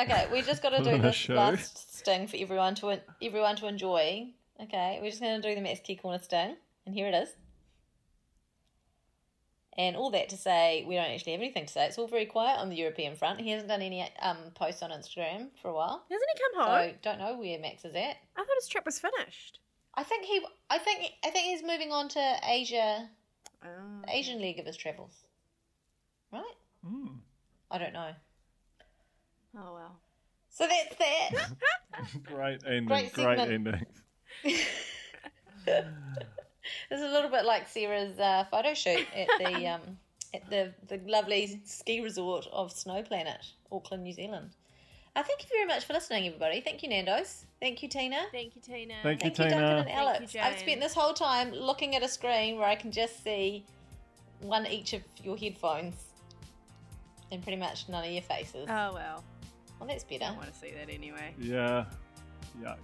B: Okay, we just got to do
D: Wanna
B: this
D: show?
B: last sting for everyone to everyone to enjoy. Okay, we're just going to do the Matt's Key Corner sting, and here it is. And all that to say, we don't actually have anything to say. It's all very quiet on the European front. He hasn't done any um, posts on Instagram for a while,
C: Doesn't he come
B: so
C: home?
B: don't know where Max is at.
C: I thought his trip was finished.
B: I think he, I think, I think he's moving on to Asia,
C: Oh.
B: the Asian leg of his travels, right? I don't know.
C: oh, well.
B: So that's that.
D: Great ending.
B: Great
D: Great,
B: segment.
D: ending.
B: It's a little bit like Sarah's uh, photo shoot at the um, at the, the lovely ski resort of Snow Planet, Auckland, New Zealand. Uh, thank you very much for listening, everybody. Thank you, Nando's. Thank you, Tina.
C: Thank you, Tina.
D: Thank you,
B: Thank you, Duncan and
D: Tina.
B: Alex.
C: you,
B: I've
C: Jane.
B: spent this whole time looking at a screen where I can just see one each of your headphones and pretty much none of your faces.
C: Oh, well.
B: well, that's
C: I
B: better.
C: don't want to see that anyway.
D: Yeah. Yuck.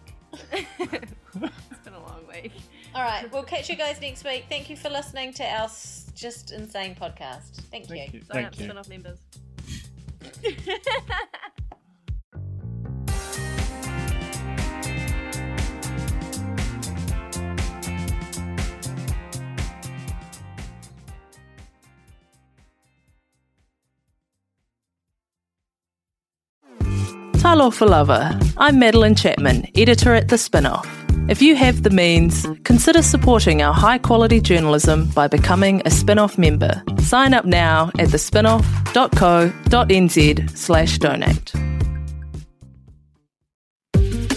C: It's been a long week.
B: All right, we'll catch you guys next week. Thank you for listening to our s- just insane podcast. Thank,
D: Thank
C: Sign
D: you.
C: up
D: Thank
C: to
D: you.
C: spin off members.
H: Talo for Lover. I'm Madeline Chapman, editor at The Spinoff. If you have the means, consider supporting our high quality journalism by becoming a Spinoff member. Sign up now at thespinoff.co.nz slash donate.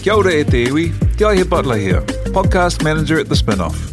I: Kia ora e te iwi, Te Aihe Butler here, podcast manager at The Spinoff.